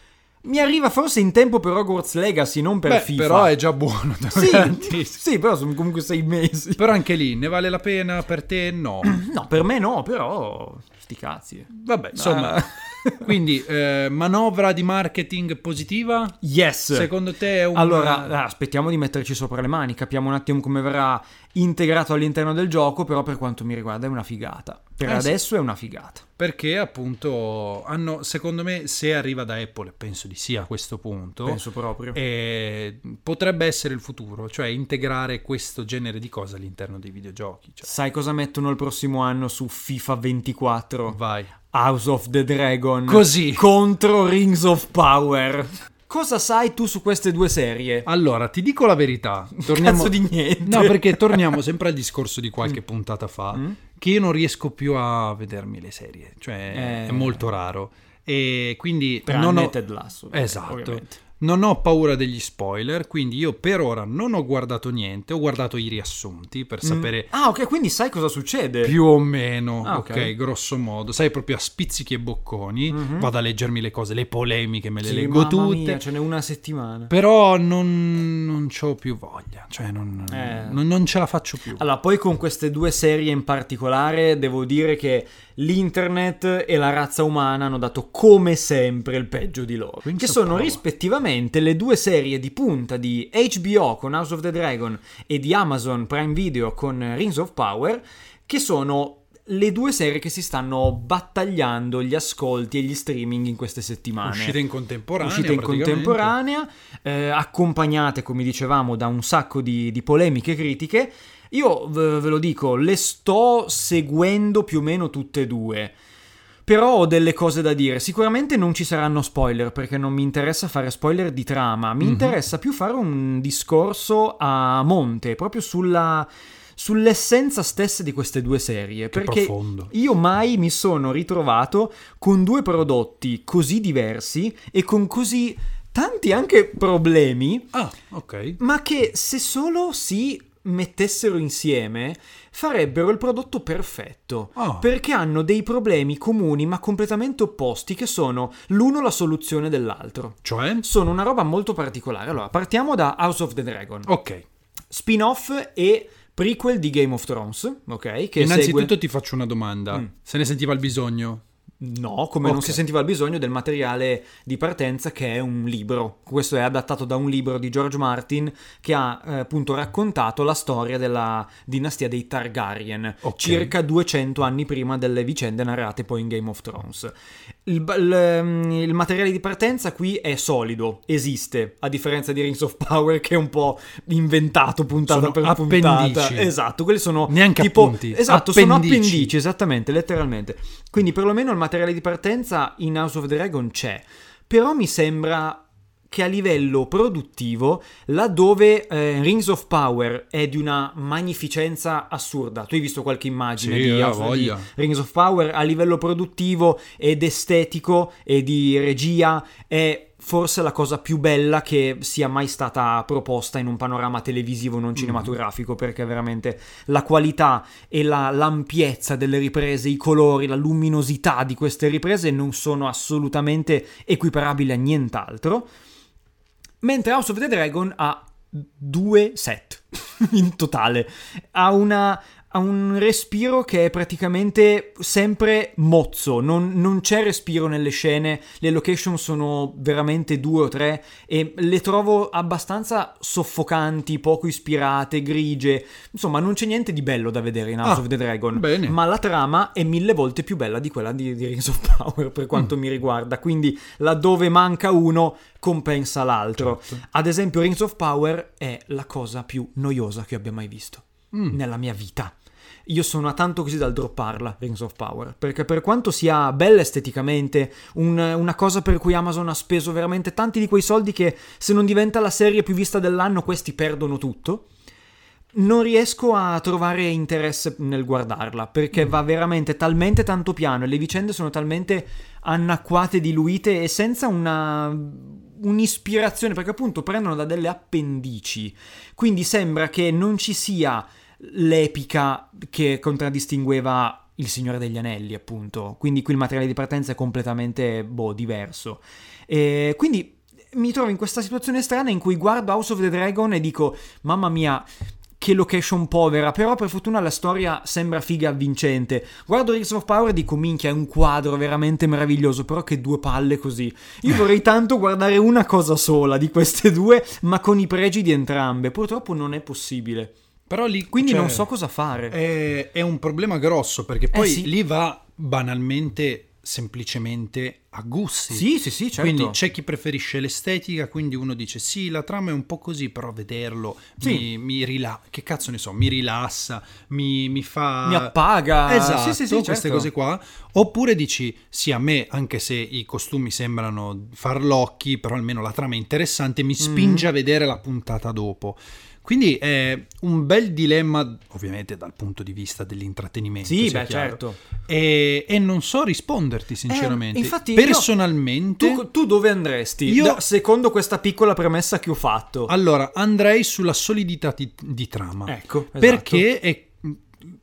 [SPEAKER 2] mi arriva forse in tempo per Hogwarts Legacy, non per
[SPEAKER 1] Beh,
[SPEAKER 2] FIFA.
[SPEAKER 1] però è già buono, te lo
[SPEAKER 2] sì,
[SPEAKER 1] garantisco.
[SPEAKER 2] sì, però sono comunque sei mesi.
[SPEAKER 1] Però anche lì, ne vale la pena per te? No.
[SPEAKER 2] No, per me no, però. Sti cazzi.
[SPEAKER 1] Vabbè, insomma.
[SPEAKER 2] Ah.
[SPEAKER 1] Quindi, eh, manovra di marketing positiva?
[SPEAKER 2] Yes!
[SPEAKER 1] Secondo te è un...
[SPEAKER 2] Allora, aspettiamo di metterci sopra le mani, capiamo un attimo come verrà integrato all'interno del gioco, però per quanto mi riguarda è una figata. Per
[SPEAKER 1] Eh sì.
[SPEAKER 2] adesso è una figata.
[SPEAKER 1] Perché appunto hanno, secondo me, se arriva da Apple, penso di sì a questo punto,
[SPEAKER 2] Penso proprio.
[SPEAKER 1] Oh. eh, potrebbe essere il futuro, cioè integrare questo genere di cose all'interno dei videogiochi. Cioè,
[SPEAKER 2] Sai cosa mettono il prossimo anno su FIFA 24?
[SPEAKER 1] vai.
[SPEAKER 2] House of the Dragon.
[SPEAKER 1] Così.
[SPEAKER 2] Contro Rings of Power. Cosa sai tu su queste due serie?
[SPEAKER 1] Allora, ti dico la verità. Torniamo...
[SPEAKER 2] Cazzo di niente.
[SPEAKER 1] No, perché torniamo sempre al discorso di qualche puntata fa,
[SPEAKER 2] Mm.
[SPEAKER 1] che io non riesco più a vedermi le serie, cioè
[SPEAKER 2] Eh.
[SPEAKER 1] è molto raro. E quindi
[SPEAKER 2] Tranne
[SPEAKER 1] non ho...
[SPEAKER 2] Ted Lasso.
[SPEAKER 1] Esatto.
[SPEAKER 2] ovviamente.
[SPEAKER 1] Non ho paura degli spoiler, quindi io per ora non ho guardato niente, ho guardato i riassunti per sapere
[SPEAKER 2] Ah, ok, quindi sai cosa succede?
[SPEAKER 1] più o meno,
[SPEAKER 2] Ah,
[SPEAKER 1] ok,
[SPEAKER 2] ok. Mhm.
[SPEAKER 1] grosso modo, sai proprio a spizzichi e bocconi, vado a leggermi le cose, le polemiche me le
[SPEAKER 2] Sì,
[SPEAKER 1] leggo
[SPEAKER 2] mamma
[SPEAKER 1] tutte.
[SPEAKER 2] mia, cioè ce n'è una settimana.
[SPEAKER 1] Però non, non c'ho più voglia, cioè non,
[SPEAKER 2] Eh.
[SPEAKER 1] non- non ce la faccio più.
[SPEAKER 2] Allora, poi con queste due serie in particolare devo dire che l'internet e la razza umana hanno dato come sempre il peggio di loro.
[SPEAKER 1] Quindi
[SPEAKER 2] che
[SPEAKER 1] sono
[SPEAKER 2] sono
[SPEAKER 1] prova.
[SPEAKER 2] rispettivamente le due serie di punta di HBO con House of the Dragon e di Amazon Prime Video con Rings of Power, che sono le due serie che si stanno battagliando gli ascolti e gli streaming in queste settimane
[SPEAKER 1] Uscite in contemporanea.
[SPEAKER 2] uscite in
[SPEAKER 1] praticamente.
[SPEAKER 2] contemporanea, eh, accompagnate, come dicevamo, da un sacco di, di polemiche e critiche. Io ve, ve lo dico, le sto seguendo più o meno tutte e due. Però ho delle cose da dire. Sicuramente non ci saranno spoiler perché non mi interessa fare spoiler di trama. Mi
[SPEAKER 1] Mhm.
[SPEAKER 2] interessa più fare un discorso a monte, proprio sulla- sull'essenza stessa di queste due serie.
[SPEAKER 1] Che
[SPEAKER 2] perché
[SPEAKER 1] profondo.
[SPEAKER 2] io mai mi sono ritrovato con due prodotti così diversi e con così tanti anche problemi,
[SPEAKER 1] Ah, ok.
[SPEAKER 2] ma che se solo si mettessero insieme farebbero il prodotto perfetto.
[SPEAKER 1] Ah.
[SPEAKER 2] Perché hanno dei problemi comuni ma completamente opposti che sono l'uno la soluzione dell'altro.
[SPEAKER 1] Cioè?
[SPEAKER 2] Sono una roba molto particolare. Allora, partiamo da House of the Dragon.
[SPEAKER 1] Ok.
[SPEAKER 2] Spin-off e prequel di Game of Thrones, ok? Che
[SPEAKER 1] Innanzitutto
[SPEAKER 2] segue...
[SPEAKER 1] ti faccio una domanda.
[SPEAKER 2] Mm.
[SPEAKER 1] Se ne sentiva il bisogno?
[SPEAKER 2] No, come non
[SPEAKER 1] Ok.
[SPEAKER 2] si sentiva il bisogno del materiale di partenza che è un libro. Questo è adattato da un libro di George Martin che ha eh, appunto raccontato la storia della dinastia dei Targaryen,
[SPEAKER 1] Ok.
[SPEAKER 2] circa 200 anni prima delle vicende narrate poi in Game of Thrones. Il, ba- il- il materiale di partenza qui è solido, esiste, a differenza di Rings of Power che è un po' inventato puntata
[SPEAKER 1] Sono
[SPEAKER 2] per
[SPEAKER 1] appendici.
[SPEAKER 2] puntata. Esatto, quelli sono
[SPEAKER 1] Neanche
[SPEAKER 2] tipo
[SPEAKER 1] appunti,
[SPEAKER 2] Esatto, sono
[SPEAKER 1] appendici.
[SPEAKER 2] appendici, esattamente, letteralmente. Quindi perlomeno il materiale di partenza in House of Dragon c'è, però mi sembra che a livello produttivo, laddove eh, Rings of Power è di una magnificenza assurda, tu hai visto qualche immagine
[SPEAKER 1] Sì,
[SPEAKER 2] di,
[SPEAKER 1] ha
[SPEAKER 2] House of-
[SPEAKER 1] voglia.
[SPEAKER 2] di Rings of Power a livello produttivo ed estetico e di regia è forse la cosa più bella che sia mai stata proposta in un panorama televisivo non cinematografico perché veramente la qualità e la, l'ampiezza delle riprese, i colori, la luminosità di queste riprese non sono assolutamente equiparabili a nient'altro. Mentre House of the Dragon ha due set in totale. Ha, una- ha un respiro che è praticamente sempre mozzo, non, non c'è respiro nelle scene, le location sono veramente due o tre e le trovo abbastanza soffocanti, poco ispirate, grigie. Insomma, non c'è niente di bello da vedere in House
[SPEAKER 1] Ah,
[SPEAKER 2] of the Dragon,
[SPEAKER 1] bene.
[SPEAKER 2] ma la trama è mille volte più bella di quella di, di Rings of Power per quanto mi riguarda, quindi laddove manca uno compensa l'altro.
[SPEAKER 1] Certo.
[SPEAKER 2] Ad esempio, Rings of Power è la cosa più noiosa che abbia mai visto
[SPEAKER 1] Mm.
[SPEAKER 2] nella mia vita. Io sono a tanto così dal dropparla, Rings of Power, perché per quanto sia bella esteticamente, un- una cosa per cui Amazon ha speso veramente tanti di quei soldi che se non diventa la serie più vista dell'anno questi perdono tutto, non riesco a trovare interesse nel guardarla, perché va veramente talmente tanto piano e le vicende sono talmente anacquate, diluite e senza una un'ispirazione, perché appunto prendono da delle appendici quindi sembra che non ci sia l'epica che contraddistingueva il Signore degli Anelli, appunto. Quindi qui il materiale di partenza è completamente boh, diverso. E quindi mi trovo in questa situazione strana in cui guardo House of the Dragon e dico: Mamma mia. Che location povera, però per fortuna la storia sembra figa e avvincente. Guardo Rings of Power e dico: Minchia, è un quadro veramente meraviglioso, però che due palle così. Io vorrei tanto guardare una cosa sola di queste due, ma con i pregi di entrambe. Purtroppo non è possibile.
[SPEAKER 1] Però lì...
[SPEAKER 2] Quindi
[SPEAKER 1] cioè,
[SPEAKER 2] non so cosa fare. Eh
[SPEAKER 1] È, è un problema grosso perché poi
[SPEAKER 2] sì.
[SPEAKER 1] lì va banalmente, semplicemente a gusti.
[SPEAKER 2] Sì, sì, sì, certo.
[SPEAKER 1] Quindi c'è chi preferisce l'estetica, quindi uno dice sì, la trama è un po' così, però vederlo mi,
[SPEAKER 2] Sì.
[SPEAKER 1] mi rila- che cazzo ne so, mi rilassa, mi, mi fa...
[SPEAKER 2] Mi appaga.
[SPEAKER 1] Esatto,
[SPEAKER 2] Sì, sì, sì,
[SPEAKER 1] queste
[SPEAKER 2] certo.
[SPEAKER 1] cose qua. Oppure dici sì a me, anche se i costumi sembrano farlocchi, però almeno la trama è interessante, mi
[SPEAKER 2] Mm-hmm.
[SPEAKER 1] spinge a vedere la puntata dopo. Quindi è un bel dilemma, ovviamente dal punto di vista dell'intrattenimento.
[SPEAKER 2] Sì,
[SPEAKER 1] sia
[SPEAKER 2] beh,
[SPEAKER 1] chiaro.
[SPEAKER 2] certo.
[SPEAKER 1] E, e non so risponderti, sinceramente.
[SPEAKER 2] Eh, infatti io-
[SPEAKER 1] Personalmente...
[SPEAKER 2] Tu, tu dove andresti?
[SPEAKER 1] Io-
[SPEAKER 2] Da- secondo questa piccola premessa che ho fatto.
[SPEAKER 1] Allora, andrei sulla solidità di, di trama.
[SPEAKER 2] Ecco, esatto.
[SPEAKER 1] Perché è,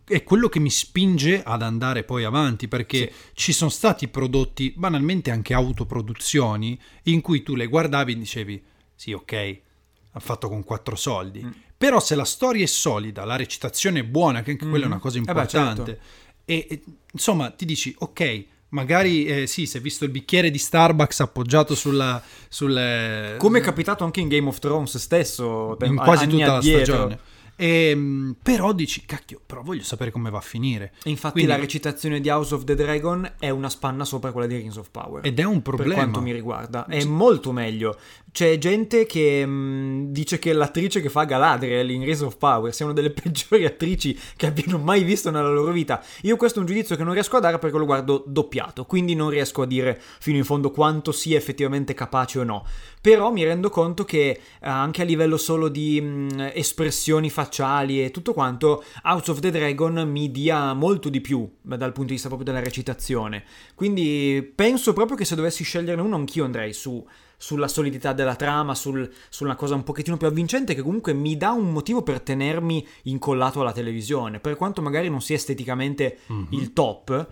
[SPEAKER 1] è quello che mi spinge ad andare poi avanti, perché
[SPEAKER 2] Sì.
[SPEAKER 1] ci sono stati prodotti, banalmente anche autoproduzioni, in cui tu le guardavi e dicevi, sì, ok, ha fatto con quattro soldi.
[SPEAKER 2] Mm.
[SPEAKER 1] Però se la storia è solida, la recitazione è buona, che anche quella è
[SPEAKER 2] Mhm.
[SPEAKER 1] una cosa
[SPEAKER 2] Eh beh, certo.
[SPEAKER 1] importante, e, e, insomma ti dici, ok, magari eh, sì, si è visto il bicchiere di Starbucks appoggiato sulla... sul, eh,
[SPEAKER 2] Come è capitato anche in Game of Thrones stesso,
[SPEAKER 1] in
[SPEAKER 2] tempo-
[SPEAKER 1] quasi
[SPEAKER 2] anni
[SPEAKER 1] tutta la
[SPEAKER 2] addietro.
[SPEAKER 1] stagione. Ehm, però dici, cacchio, però voglio sapere come va a finire.
[SPEAKER 2] E infatti
[SPEAKER 1] Quindi-
[SPEAKER 2] la recitazione di House of the Dragon è una spanna sopra quella di Rings of Power.
[SPEAKER 1] Ed è un
[SPEAKER 2] Per
[SPEAKER 1] problema.
[SPEAKER 2] quanto mi riguarda, è molto meglio. C'è gente che mh, dice che l'attrice che fa Galadriel in Rings of Power sia una delle peggiori attrici che abbiano mai visto nella loro vita. Io questo è un giudizio che non riesco a dare perché lo guardo doppiato, quindi non riesco a dire fino in fondo quanto sia effettivamente capace o no. Però mi rendo conto che eh, anche a livello solo di mh, espressioni facciali e tutto quanto, House of the Dragon mi dia molto di più ma dal punto di vista proprio della recitazione. Quindi penso proprio che se dovessi sceglierne uno, anch'io andrei su, sulla solidità della trama, sul- sulla cosa un pochettino più avvincente, che comunque mi dà un motivo per tenermi incollato alla televisione. Per quanto magari non sia esteticamente il top.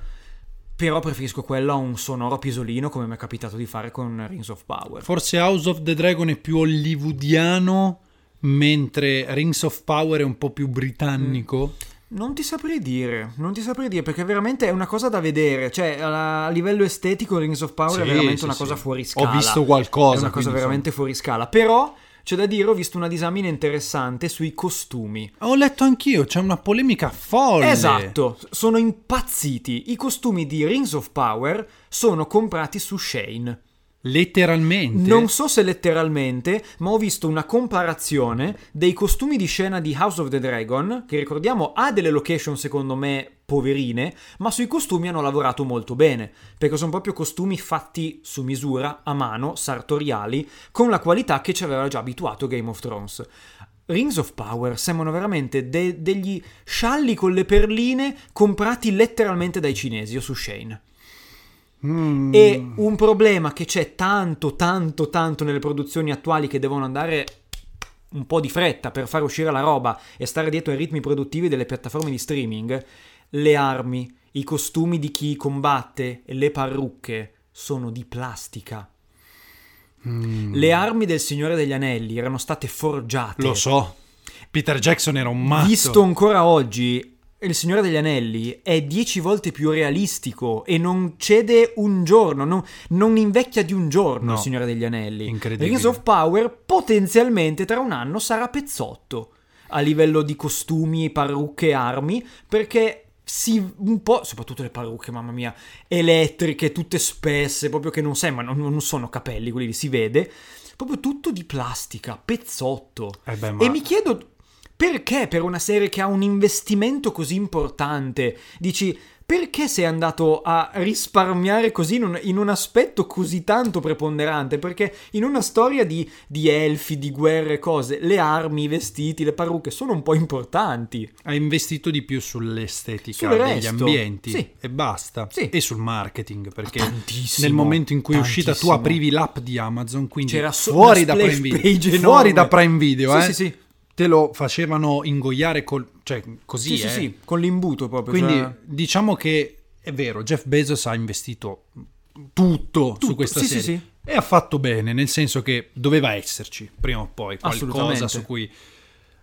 [SPEAKER 2] Però preferisco quello a un sonoro pisolino come mi è capitato di fare con Rings of Power.
[SPEAKER 1] Forse House of the Dragon è più hollywoodiano, mentre Rings of Power è un po' più britannico.
[SPEAKER 2] Non ti saprei dire, non ti saprei dire perché veramente è una cosa da vedere, cioè a, a livello estetico Rings of Power
[SPEAKER 1] Sì,
[SPEAKER 2] è veramente
[SPEAKER 1] sì,
[SPEAKER 2] una
[SPEAKER 1] sì.
[SPEAKER 2] cosa fuori scala.
[SPEAKER 1] Ho visto qualcosa,
[SPEAKER 2] È una cosa
[SPEAKER 1] quindi,
[SPEAKER 2] veramente fuori scala, però c'è da dire ho visto una disamina interessante sui costumi.
[SPEAKER 1] Ho letto anch'io, c'è una polemica folle.
[SPEAKER 2] Esatto, sono impazziti. I costumi di Rings of Power sono comprati su Shane.
[SPEAKER 1] Letteralmente.
[SPEAKER 2] Non so se letteralmente, ma ho visto una comparazione dei costumi di scena di House of the Dragon, che ricordiamo ha delle location secondo me poverine, ma sui costumi hanno lavorato molto bene, perché sono proprio costumi fatti su misura, a mano, sartoriali, con la qualità che ci aveva già abituato Game of Thrones. Rings of Power sembrano veramente de- degli scialli con le perline comprati letteralmente dai cinesi o su Shane.
[SPEAKER 1] Mm.
[SPEAKER 2] E un problema che c'è tanto, tanto, tanto nelle produzioni attuali che devono andare un po' di fretta per far uscire la roba e stare dietro ai ritmi produttivi delle piattaforme di streaming, le armi, i costumi di chi combatte, le parrucche sono di plastica.
[SPEAKER 1] Mm.
[SPEAKER 2] Le armi del Signore degli Anelli erano state forgiate.
[SPEAKER 1] Lo so. Peter Jackson era un matto.
[SPEAKER 2] Visto ancora oggi, Il Signore degli Anelli è dieci volte più realistico e non cede un giorno, non, non invecchia di un giorno
[SPEAKER 1] No.
[SPEAKER 2] Il Signore degli Anelli.
[SPEAKER 1] Incredibile.
[SPEAKER 2] Rings of Power potenzialmente tra un anno sarà pezzotto a livello di costumi, parrucche e armi, perché si un po', soprattutto le parrucche, mamma mia, elettriche, tutte spesse, proprio che non sembrano, non sono capelli quelli, lì, si vede, proprio tutto di plastica, pezzotto.
[SPEAKER 1] Eh beh, ma-
[SPEAKER 2] E mi chiedo perché per una serie che ha un investimento così importante, dici perché sei andato a risparmiare così in un, in un aspetto così tanto preponderante? Perché in una storia di, di elfi, di guerre, e cose, le armi, i vestiti, le parrucche sono un po' importanti.
[SPEAKER 1] Ha investito di più sull'estetica
[SPEAKER 2] Sul
[SPEAKER 1] degli
[SPEAKER 2] resto.
[SPEAKER 1] ambienti
[SPEAKER 2] Sì.
[SPEAKER 1] e basta.
[SPEAKER 2] Sì.
[SPEAKER 1] E sul marketing, perché
[SPEAKER 2] tantissimo,
[SPEAKER 1] nel momento in cui è uscita tu
[SPEAKER 2] tantissimo.
[SPEAKER 1] aprivi l'app di Amazon, quindi
[SPEAKER 2] C'era so-
[SPEAKER 1] fuori,
[SPEAKER 2] una
[SPEAKER 1] da Prime
[SPEAKER 2] splash page
[SPEAKER 1] Video,
[SPEAKER 2] enorme.
[SPEAKER 1] fuori da Prime Video,
[SPEAKER 2] Sì, sì,
[SPEAKER 1] eh.
[SPEAKER 2] sì.
[SPEAKER 1] te lo facevano ingoiare col, cioè, così,
[SPEAKER 2] Sì, sì,
[SPEAKER 1] eh.
[SPEAKER 2] sì, con l'imbuto proprio.
[SPEAKER 1] Quindi
[SPEAKER 2] cioè-
[SPEAKER 1] diciamo che è vero, Jeff Bezos ha investito tutto,
[SPEAKER 2] Tutto,
[SPEAKER 1] su questa
[SPEAKER 2] sì,
[SPEAKER 1] serie.
[SPEAKER 2] sì, sì.
[SPEAKER 1] E ha fatto bene, nel senso che doveva esserci prima o poi qualcosa
[SPEAKER 2] Assolutamente.
[SPEAKER 1] su cui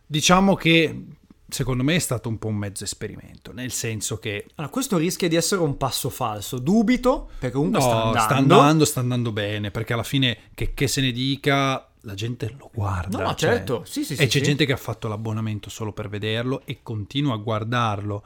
[SPEAKER 1] diciamo che secondo me è stato un po' un mezzo esperimento, nel senso che
[SPEAKER 2] Allora, questo rischia di essere un passo falso, dubito, perché comunque
[SPEAKER 1] no,
[SPEAKER 2] sta andando.
[SPEAKER 1] sta andando, sta andando bene, perché alla fine che, che se ne dica la gente lo guarda.
[SPEAKER 2] No, no,
[SPEAKER 1] cioè,
[SPEAKER 2] certo, sì, sì,
[SPEAKER 1] e
[SPEAKER 2] sì,
[SPEAKER 1] c'è
[SPEAKER 2] sì.
[SPEAKER 1] gente che ha fatto l'abbonamento solo per vederlo e continua a guardarlo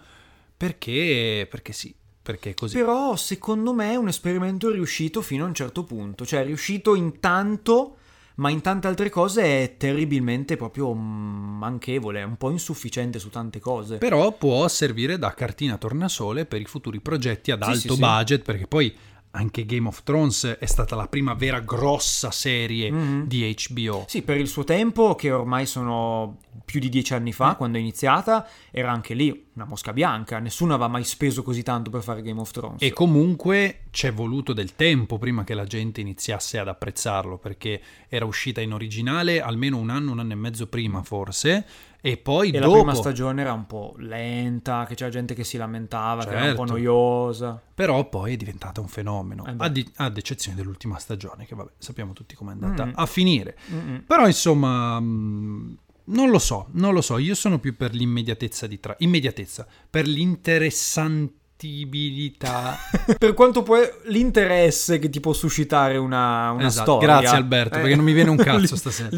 [SPEAKER 1] perché, perché sì, perché è così.
[SPEAKER 2] Però secondo me è un esperimento riuscito fino a un certo punto, cioè è riuscito in tanto, ma in tante altre cose è terribilmente proprio mm, manchevole, è un po' insufficiente su tante cose.
[SPEAKER 1] Però può servire da cartina tornasole per i futuri progetti ad
[SPEAKER 2] Sì,
[SPEAKER 1] alto
[SPEAKER 2] sì, sì.
[SPEAKER 1] budget, perché poi anche Game of Thrones è stata la prima vera grossa serie
[SPEAKER 2] Mhm.
[SPEAKER 1] di HBO.
[SPEAKER 2] Sì, per il suo tempo, che ormai sono più di dieci anni fa, quando è iniziata, era anche lì una mosca bianca, nessuno aveva mai speso così tanto per fare Game of Thrones.
[SPEAKER 1] E comunque c'è voluto del tempo prima che la gente iniziasse ad apprezzarlo, perché era uscita in originale almeno un anno, un anno e mezzo prima forse, e poi
[SPEAKER 2] E la
[SPEAKER 1] dopo...
[SPEAKER 2] prima stagione era un po' lenta, che c'era gente che si lamentava, che era un po'
[SPEAKER 1] Certo.
[SPEAKER 2] noiosa.
[SPEAKER 1] Però poi è diventata un fenomeno,
[SPEAKER 2] Eh beh.
[SPEAKER 1] ad, ad eccezione dell'ultima stagione, che vabbè, sappiamo tutti com'è andata
[SPEAKER 2] Mm.
[SPEAKER 1] a finire.
[SPEAKER 2] Mm-mm.
[SPEAKER 1] Però insomma, mh, non lo so, non lo so, io sono più per l'immediatezza di tra... immediatezza, per l'interessantezza suscettibilità.
[SPEAKER 2] per quanto può l'interesse che ti può suscitare una, una
[SPEAKER 1] Esatto,
[SPEAKER 2] storia.
[SPEAKER 1] grazie Alberto, perché non mi viene un cazzo stasera.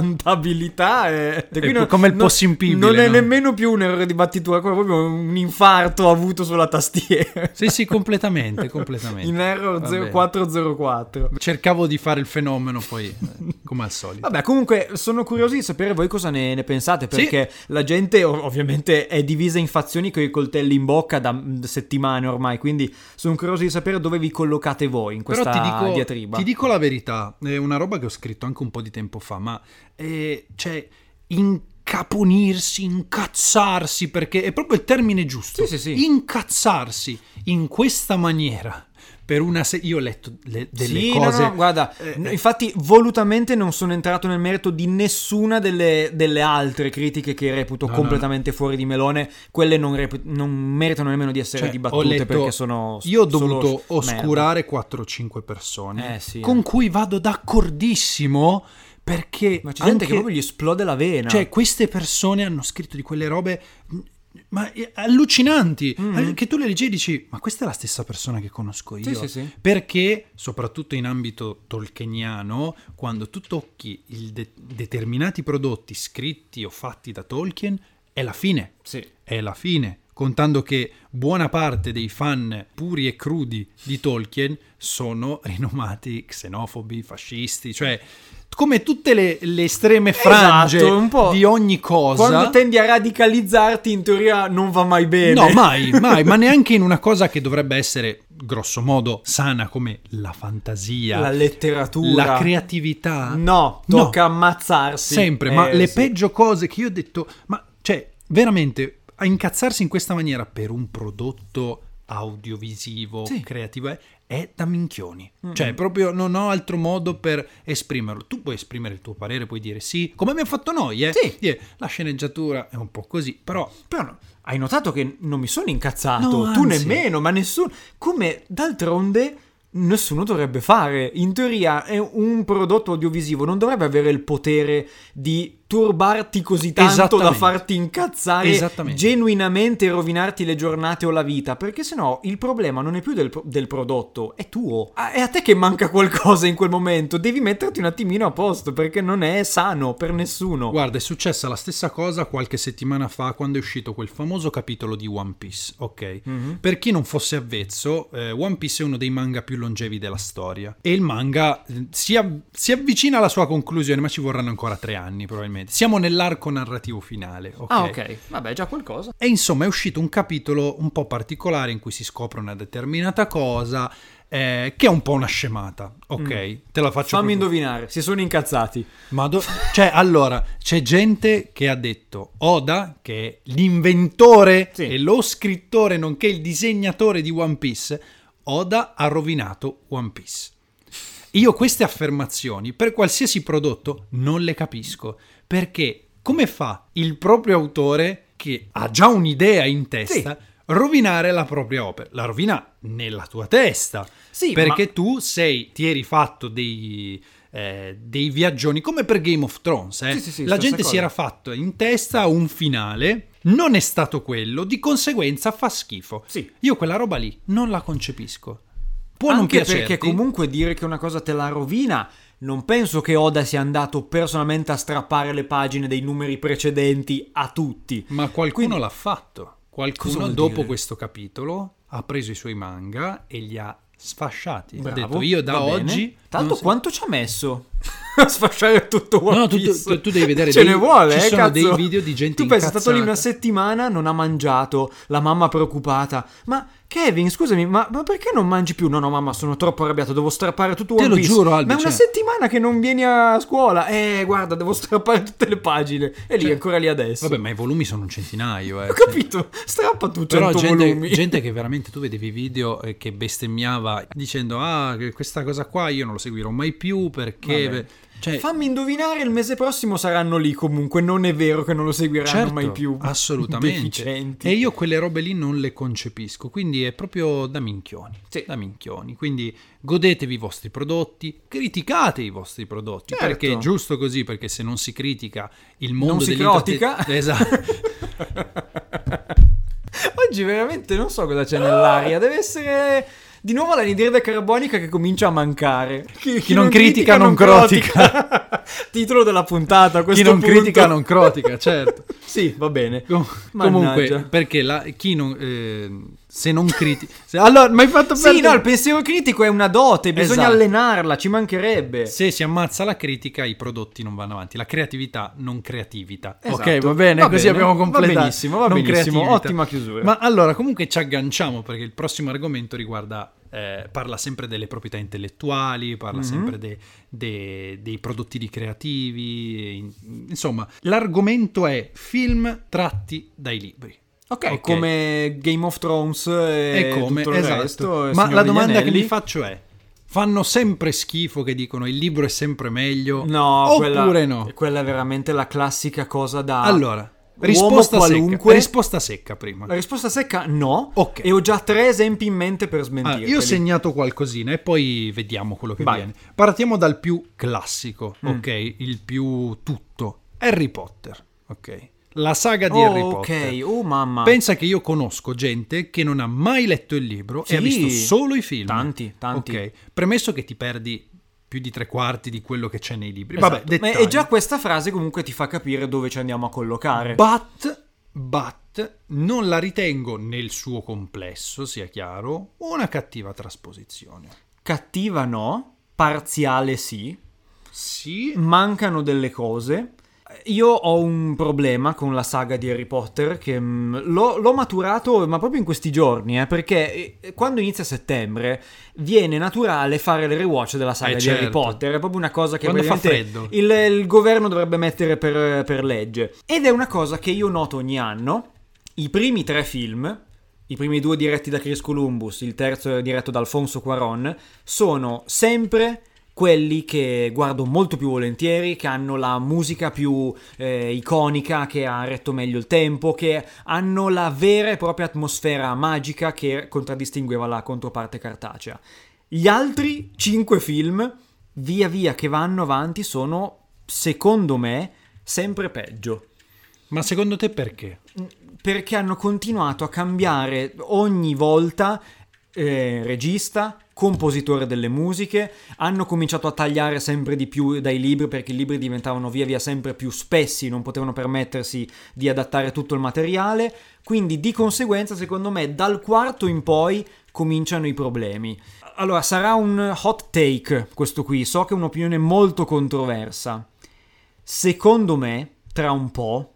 [SPEAKER 2] L'interessantabilità è,
[SPEAKER 1] È come il possimpibile,
[SPEAKER 2] Non è
[SPEAKER 1] no?
[SPEAKER 2] nemmeno più un errore di battitura, è proprio un infarto avuto sulla tastiera.
[SPEAKER 1] Sì, sì, completamente, completamente.
[SPEAKER 2] In error
[SPEAKER 1] Va
[SPEAKER 2] 0404.
[SPEAKER 1] bene. Cercavo di fare il fenomeno, poi eh, come al solito.
[SPEAKER 2] Vabbè, comunque sono curioso di sapere voi cosa ne, ne pensate,
[SPEAKER 1] Sì.
[SPEAKER 2] perché la gente ov- ovviamente è divisa in fazioni con i coltelli in bocca da mm, settimane ormai, quindi sono curioso di sapere dove vi collocate voi in questa
[SPEAKER 1] Però ti dico,
[SPEAKER 2] diatriba.
[SPEAKER 1] ti dico la verità, è una roba che ho scritto anche un po' di tempo fa, ma eh, cioè incaponirsi, incazzarsi, perché è proprio il termine giusto.
[SPEAKER 2] Sì, sì, sì.
[SPEAKER 1] Incazzarsi in questa maniera per una se- io ho letto le- delle
[SPEAKER 2] Sì, no,
[SPEAKER 1] cose
[SPEAKER 2] no, no, guarda,
[SPEAKER 1] Eh,
[SPEAKER 2] n- infatti volutamente non sono entrato nel merito di nessuna delle, delle altre critiche che reputo
[SPEAKER 1] No, no,
[SPEAKER 2] completamente fuori di melone, quelle non, repu- non meritano nemmeno di essere
[SPEAKER 1] Cioè,
[SPEAKER 2] dibattute
[SPEAKER 1] ho letto-
[SPEAKER 2] perché sono...
[SPEAKER 1] Io ho
[SPEAKER 2] solo
[SPEAKER 1] dovuto
[SPEAKER 2] merda.
[SPEAKER 1] oscurare 4-5 persone
[SPEAKER 2] Eh, sì.
[SPEAKER 1] con cui vado d'accordissimo perché.
[SPEAKER 2] Ma c'è gente
[SPEAKER 1] anche-
[SPEAKER 2] che proprio gli esplode la vena.
[SPEAKER 1] Cioè, queste persone hanno scritto di quelle robe. mh, Ma eh, allucinanti, eh, che tu le leggi e dici: Ma questa è la stessa persona che conosco io.
[SPEAKER 2] Mm. Sì, sì, sì.
[SPEAKER 1] Perché, soprattutto in ambito tolkieniano, quando tu tocchi il de- determinati prodotti scritti o fatti da Tolkien, è la fine
[SPEAKER 2] sì.
[SPEAKER 1] è la fine, contando che buona parte dei fan puri e crudi di Tolkien sono rinomati xenofobi, fascisti, cioè come tutte le, le estreme frange
[SPEAKER 2] Esatto, un po'
[SPEAKER 1] di ogni cosa.
[SPEAKER 2] Quando tendi a radicalizzarti, in teoria non va mai bene.
[SPEAKER 1] No, mai, mai, ma neanche in una cosa che dovrebbe essere grosso modo sana come la fantasia,
[SPEAKER 2] La letteratura.
[SPEAKER 1] la creatività.
[SPEAKER 2] No,
[SPEAKER 1] No.
[SPEAKER 2] tocca ammazzarsi.
[SPEAKER 1] Sempre, ma
[SPEAKER 2] Eh,
[SPEAKER 1] le
[SPEAKER 2] sì.
[SPEAKER 1] peggio cose che io ho detto, ma cioè, veramente a incazzarsi in questa maniera per un prodotto audiovisivo,
[SPEAKER 2] Sì.
[SPEAKER 1] creativo, eh, è da minchioni. Cioè, proprio non ho altro modo per esprimerlo. Tu puoi esprimere il tuo parere, puoi dire sì, come abbiamo fatto noi, eh.
[SPEAKER 2] Sì.
[SPEAKER 1] Dire, la sceneggiatura è un po' così, però
[SPEAKER 2] Però no, hai notato che non mi sono incazzato,
[SPEAKER 1] No,
[SPEAKER 2] tu
[SPEAKER 1] anzi.
[SPEAKER 2] nemmeno, ma nessuno... Come d'altronde nessuno dovrebbe fare. In teoria è un prodotto audiovisivo, non dovrebbe avere il potere di turbarti così tanto da
[SPEAKER 1] Esattamente.
[SPEAKER 2] farti incazzare
[SPEAKER 1] Esattamente.
[SPEAKER 2] genuinamente e rovinarti le giornate o la vita, perché sennò il problema non è più del, pro- del prodotto, è tuo. Ah, È a te che manca qualcosa in quel momento, devi metterti un attimino a posto perché non è sano per nessuno.
[SPEAKER 1] Guarda, è successa la stessa cosa qualche settimana fa quando è uscito quel famoso capitolo di One Piece, ok?
[SPEAKER 2] Mhm.
[SPEAKER 1] Per chi non fosse avvezzo, eh, One Piece è uno dei manga più longevi della storia e il manga eh, si, av- si avvicina alla sua conclusione, ma ci vorranno ancora tre anni probabilmente. Siamo nell'arco narrativo finale, ok?
[SPEAKER 2] Ah ok, vabbè già qualcosa.
[SPEAKER 1] E insomma è uscito un capitolo un po' particolare in cui si scopre una determinata cosa eh, che è un po' una scemata, ok? Te la faccio
[SPEAKER 2] Mm. Fammi
[SPEAKER 1] proprio-
[SPEAKER 2] indovinare, si sono incazzati.
[SPEAKER 1] ma do- cioè, allora, c'è gente che ha detto Oda, che è l'inventore
[SPEAKER 2] Sì.
[SPEAKER 1] e lo scrittore, nonché il disegnatore di One Piece, Oda ha rovinato One Piece. Io queste affermazioni, per qualsiasi prodotto, non le capisco. Perché come fa il proprio autore, che ha già un'idea in testa, rovinare la propria opera? La rovina nella tua testa.
[SPEAKER 2] Sì,
[SPEAKER 1] perché
[SPEAKER 2] ma-
[SPEAKER 1] tu sei, ti eri fatto dei, eh, dei viaggioni, come per Game of Thrones. eh.
[SPEAKER 2] Sì, sì, sì,
[SPEAKER 1] La
[SPEAKER 2] stessa
[SPEAKER 1] gente si
[SPEAKER 2] cosa.
[SPEAKER 1] era fatta in testa un finale, non è stato quello, di conseguenza fa schifo.
[SPEAKER 2] Sì.
[SPEAKER 1] Io quella roba lì non la concepisco. Può non
[SPEAKER 2] Anche
[SPEAKER 1] piacerti.
[SPEAKER 2] perché comunque dire che una cosa te la rovina, non penso che Oda sia andato personalmente a strappare le pagine dei numeri precedenti a tutti.
[SPEAKER 1] Ma qualcuno
[SPEAKER 2] Quindi-
[SPEAKER 1] l'ha fatto.
[SPEAKER 2] Cosa
[SPEAKER 1] Qualcuno
[SPEAKER 2] vuol
[SPEAKER 1] dopo
[SPEAKER 2] dire?
[SPEAKER 1] questo capitolo ha preso i suoi manga e li ha sfasciati.
[SPEAKER 2] Bravo,
[SPEAKER 1] ha detto io da
[SPEAKER 2] va bene.
[SPEAKER 1] oggi...
[SPEAKER 2] Tanto
[SPEAKER 1] non so-
[SPEAKER 2] quanto ci ha messo a sfasciare tutto One
[SPEAKER 1] No, tu-
[SPEAKER 2] Piece?
[SPEAKER 1] tu- tu devi vedere
[SPEAKER 2] Ce
[SPEAKER 1] dei-
[SPEAKER 2] ne vuole,
[SPEAKER 1] ci
[SPEAKER 2] eh,
[SPEAKER 1] sono
[SPEAKER 2] cazzo.
[SPEAKER 1] dei video di gente
[SPEAKER 2] Tu pensi, è stato lì una
[SPEAKER 1] incazzata.
[SPEAKER 2] settimana, non ha mangiato, la mamma preoccupata. Ma Kevin, scusami, ma, ma perché non mangi più? No, no, mamma, sono troppo arrabbiato, devo strappare tutto
[SPEAKER 1] Te
[SPEAKER 2] One
[SPEAKER 1] lo
[SPEAKER 2] Piece.
[SPEAKER 1] giuro, Albi,
[SPEAKER 2] Ma è una
[SPEAKER 1] cioè-
[SPEAKER 2] settimana che non vieni a scuola. Eh, guarda, devo strappare tutte le pagine. E lì,
[SPEAKER 1] Cioè-
[SPEAKER 2] ancora lì adesso.
[SPEAKER 1] Vabbè, ma i volumi sono un centinaio. Eh.
[SPEAKER 2] Ho capito, strappa tu 100
[SPEAKER 1] Però gente,
[SPEAKER 2] volumi.
[SPEAKER 1] gente che veramente tu vedevi i video eh, che bestemmiava dicendo ah che questa cosa qua io non lo seguirò mai più perché...
[SPEAKER 2] Vabbè.
[SPEAKER 1] Cioè,
[SPEAKER 2] Fammi indovinare, il mese prossimo saranno lì comunque. Non è vero che non lo seguiranno
[SPEAKER 1] certo,
[SPEAKER 2] mai più.
[SPEAKER 1] assolutamente.
[SPEAKER 2] Deficienti.
[SPEAKER 1] E io quelle robe lì non le concepisco, quindi è proprio da minchioni.
[SPEAKER 2] Sì.
[SPEAKER 1] Da minchioni. Quindi godetevi i vostri prodotti, criticate i vostri prodotti,
[SPEAKER 2] Certo.
[SPEAKER 1] perché è giusto così, perché se non si critica il mondo Esatto.
[SPEAKER 2] Non si
[SPEAKER 1] dell'interten-
[SPEAKER 2] crotica.
[SPEAKER 1] Esatto.
[SPEAKER 2] Oggi oggi veramente non so cosa c'è nell'aria. Deve essere di nuovo l'anidride carbonica che comincia a mancare. Chi,
[SPEAKER 1] Chi non critica, non crotica.
[SPEAKER 2] Titolo della puntata. a
[SPEAKER 1] Chi
[SPEAKER 2] questo
[SPEAKER 1] non
[SPEAKER 2] punto.
[SPEAKER 1] critica non crotica, certo.
[SPEAKER 2] Sì, va bene.
[SPEAKER 1] Com-
[SPEAKER 2] Mannaggia.
[SPEAKER 1] comunque, perché la- chi non... eh, se non critica... allora, mi hai fatto
[SPEAKER 2] Sì,
[SPEAKER 1] perdere-
[SPEAKER 2] no, il pensiero critico è una dote, bisogna
[SPEAKER 1] Esatto.
[SPEAKER 2] allenarla, ci mancherebbe.
[SPEAKER 1] Se si ammazza la critica, i prodotti non vanno avanti. La creatività non creativita.
[SPEAKER 2] Esatto. Va bene, Va benissimo, va benissimo,
[SPEAKER 1] Non creatività.
[SPEAKER 2] ottima chiusura.
[SPEAKER 1] Ma allora, comunque ci agganciamo perché il prossimo argomento riguarda. eh, parla sempre delle proprietà intellettuali, parla sempre de- de- dei prodotti di creativi. in- insomma, l'argomento è film tratti dai libri.
[SPEAKER 2] Ok, come Game of Thrones e,
[SPEAKER 1] E come,
[SPEAKER 2] tutto il
[SPEAKER 1] esatto.
[SPEAKER 2] resto. e
[SPEAKER 1] Ma
[SPEAKER 2] Signore
[SPEAKER 1] la
[SPEAKER 2] degli
[SPEAKER 1] domanda che
[SPEAKER 2] Anelli.
[SPEAKER 1] mi faccio è: fanno sempre schifo che dicono il libro è sempre meglio?
[SPEAKER 2] No,
[SPEAKER 1] oppure
[SPEAKER 2] quella,
[SPEAKER 1] no?
[SPEAKER 2] Quella è veramente la classica cosa da...
[SPEAKER 1] Allora,
[SPEAKER 2] uomo
[SPEAKER 1] risposta secca.
[SPEAKER 2] qualunque.
[SPEAKER 1] Risposta secca prima.
[SPEAKER 2] La risposta secca no.
[SPEAKER 1] Ok.
[SPEAKER 2] E ho già tre esempi in mente per
[SPEAKER 1] Ah,
[SPEAKER 2] smentirli.
[SPEAKER 1] io ho segnato qualcosina e poi vediamo quello che
[SPEAKER 2] Vai. Mm.
[SPEAKER 1] viene. Partiamo dal più classico, ok? Il più tutto. Harry Potter, ok? La saga di
[SPEAKER 2] Oh,
[SPEAKER 1] Harry Potter.
[SPEAKER 2] ok, oh mamma.
[SPEAKER 1] Pensa che io conosco gente che non ha mai letto il libro
[SPEAKER 2] Sì.
[SPEAKER 1] e ha visto solo i film.
[SPEAKER 2] Tanti, tanti.
[SPEAKER 1] Ok, premesso che ti perdi più di tre quarti di quello che c'è nei libri.
[SPEAKER 2] Esatto.
[SPEAKER 1] Vabbè,
[SPEAKER 2] Ma-
[SPEAKER 1] dettagli.
[SPEAKER 2] E già questa frase comunque ti fa capire dove ci andiamo a collocare.
[SPEAKER 1] But, but, Eh. non la ritengo nel suo complesso, sia chiaro, una cattiva trasposizione.
[SPEAKER 2] Cattiva no, parziale sì,
[SPEAKER 1] Sì,
[SPEAKER 2] mancano delle cose. Io ho un problema con la saga di Harry Potter che mh, l'ho, l'ho maturato ma proprio in questi giorni, eh, perché eh, quando inizia settembre viene naturale fare le rewatch della saga
[SPEAKER 1] Eh,
[SPEAKER 2] di Harry
[SPEAKER 1] certo.
[SPEAKER 2] Potter, è proprio una cosa che
[SPEAKER 1] Quando fa
[SPEAKER 2] praticamente
[SPEAKER 1] freddo.
[SPEAKER 2] Il, il governo dovrebbe mettere per, per legge. Ed è una cosa che io noto ogni anno, i primi tre film, i primi due diretti da Chris Columbus, il terzo è diretto da Alfonso Cuaron, sono sempre quelli che guardo molto più volentieri, che hanno la musica più eh, iconica, che ha retto meglio il tempo, che hanno la vera e propria atmosfera magica che contraddistingueva la controparte cartacea. Gli altri cinque film, via via che vanno avanti, sono, secondo me, sempre peggio
[SPEAKER 1] ma secondo te perché?
[SPEAKER 2] perché hanno continuato a cambiare ogni volta eh, regista, compositore delle musiche, hanno cominciato a tagliare sempre di più dai libri perché i libri diventavano via via sempre più spessi, non potevano permettersi di adattare tutto il materiale, quindi di conseguenza secondo me dal quarto in poi cominciano i problemi. Allora sarà un hot take questo qui, so che è un'opinione molto controversa. Secondo me, tra un po',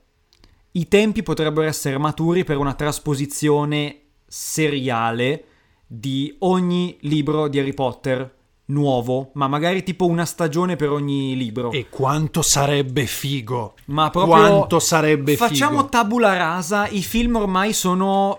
[SPEAKER 2] i tempi potrebbero essere maturi per una trasposizione seriale di ogni libro di Harry Potter nuovo, ma magari tipo una stagione per ogni libro.
[SPEAKER 1] E quanto sarebbe figo!
[SPEAKER 2] Oh. Ma proprio
[SPEAKER 1] Quanto sarebbe
[SPEAKER 2] Facciamo
[SPEAKER 1] figo.
[SPEAKER 2] tabula rasa, i film ormai sono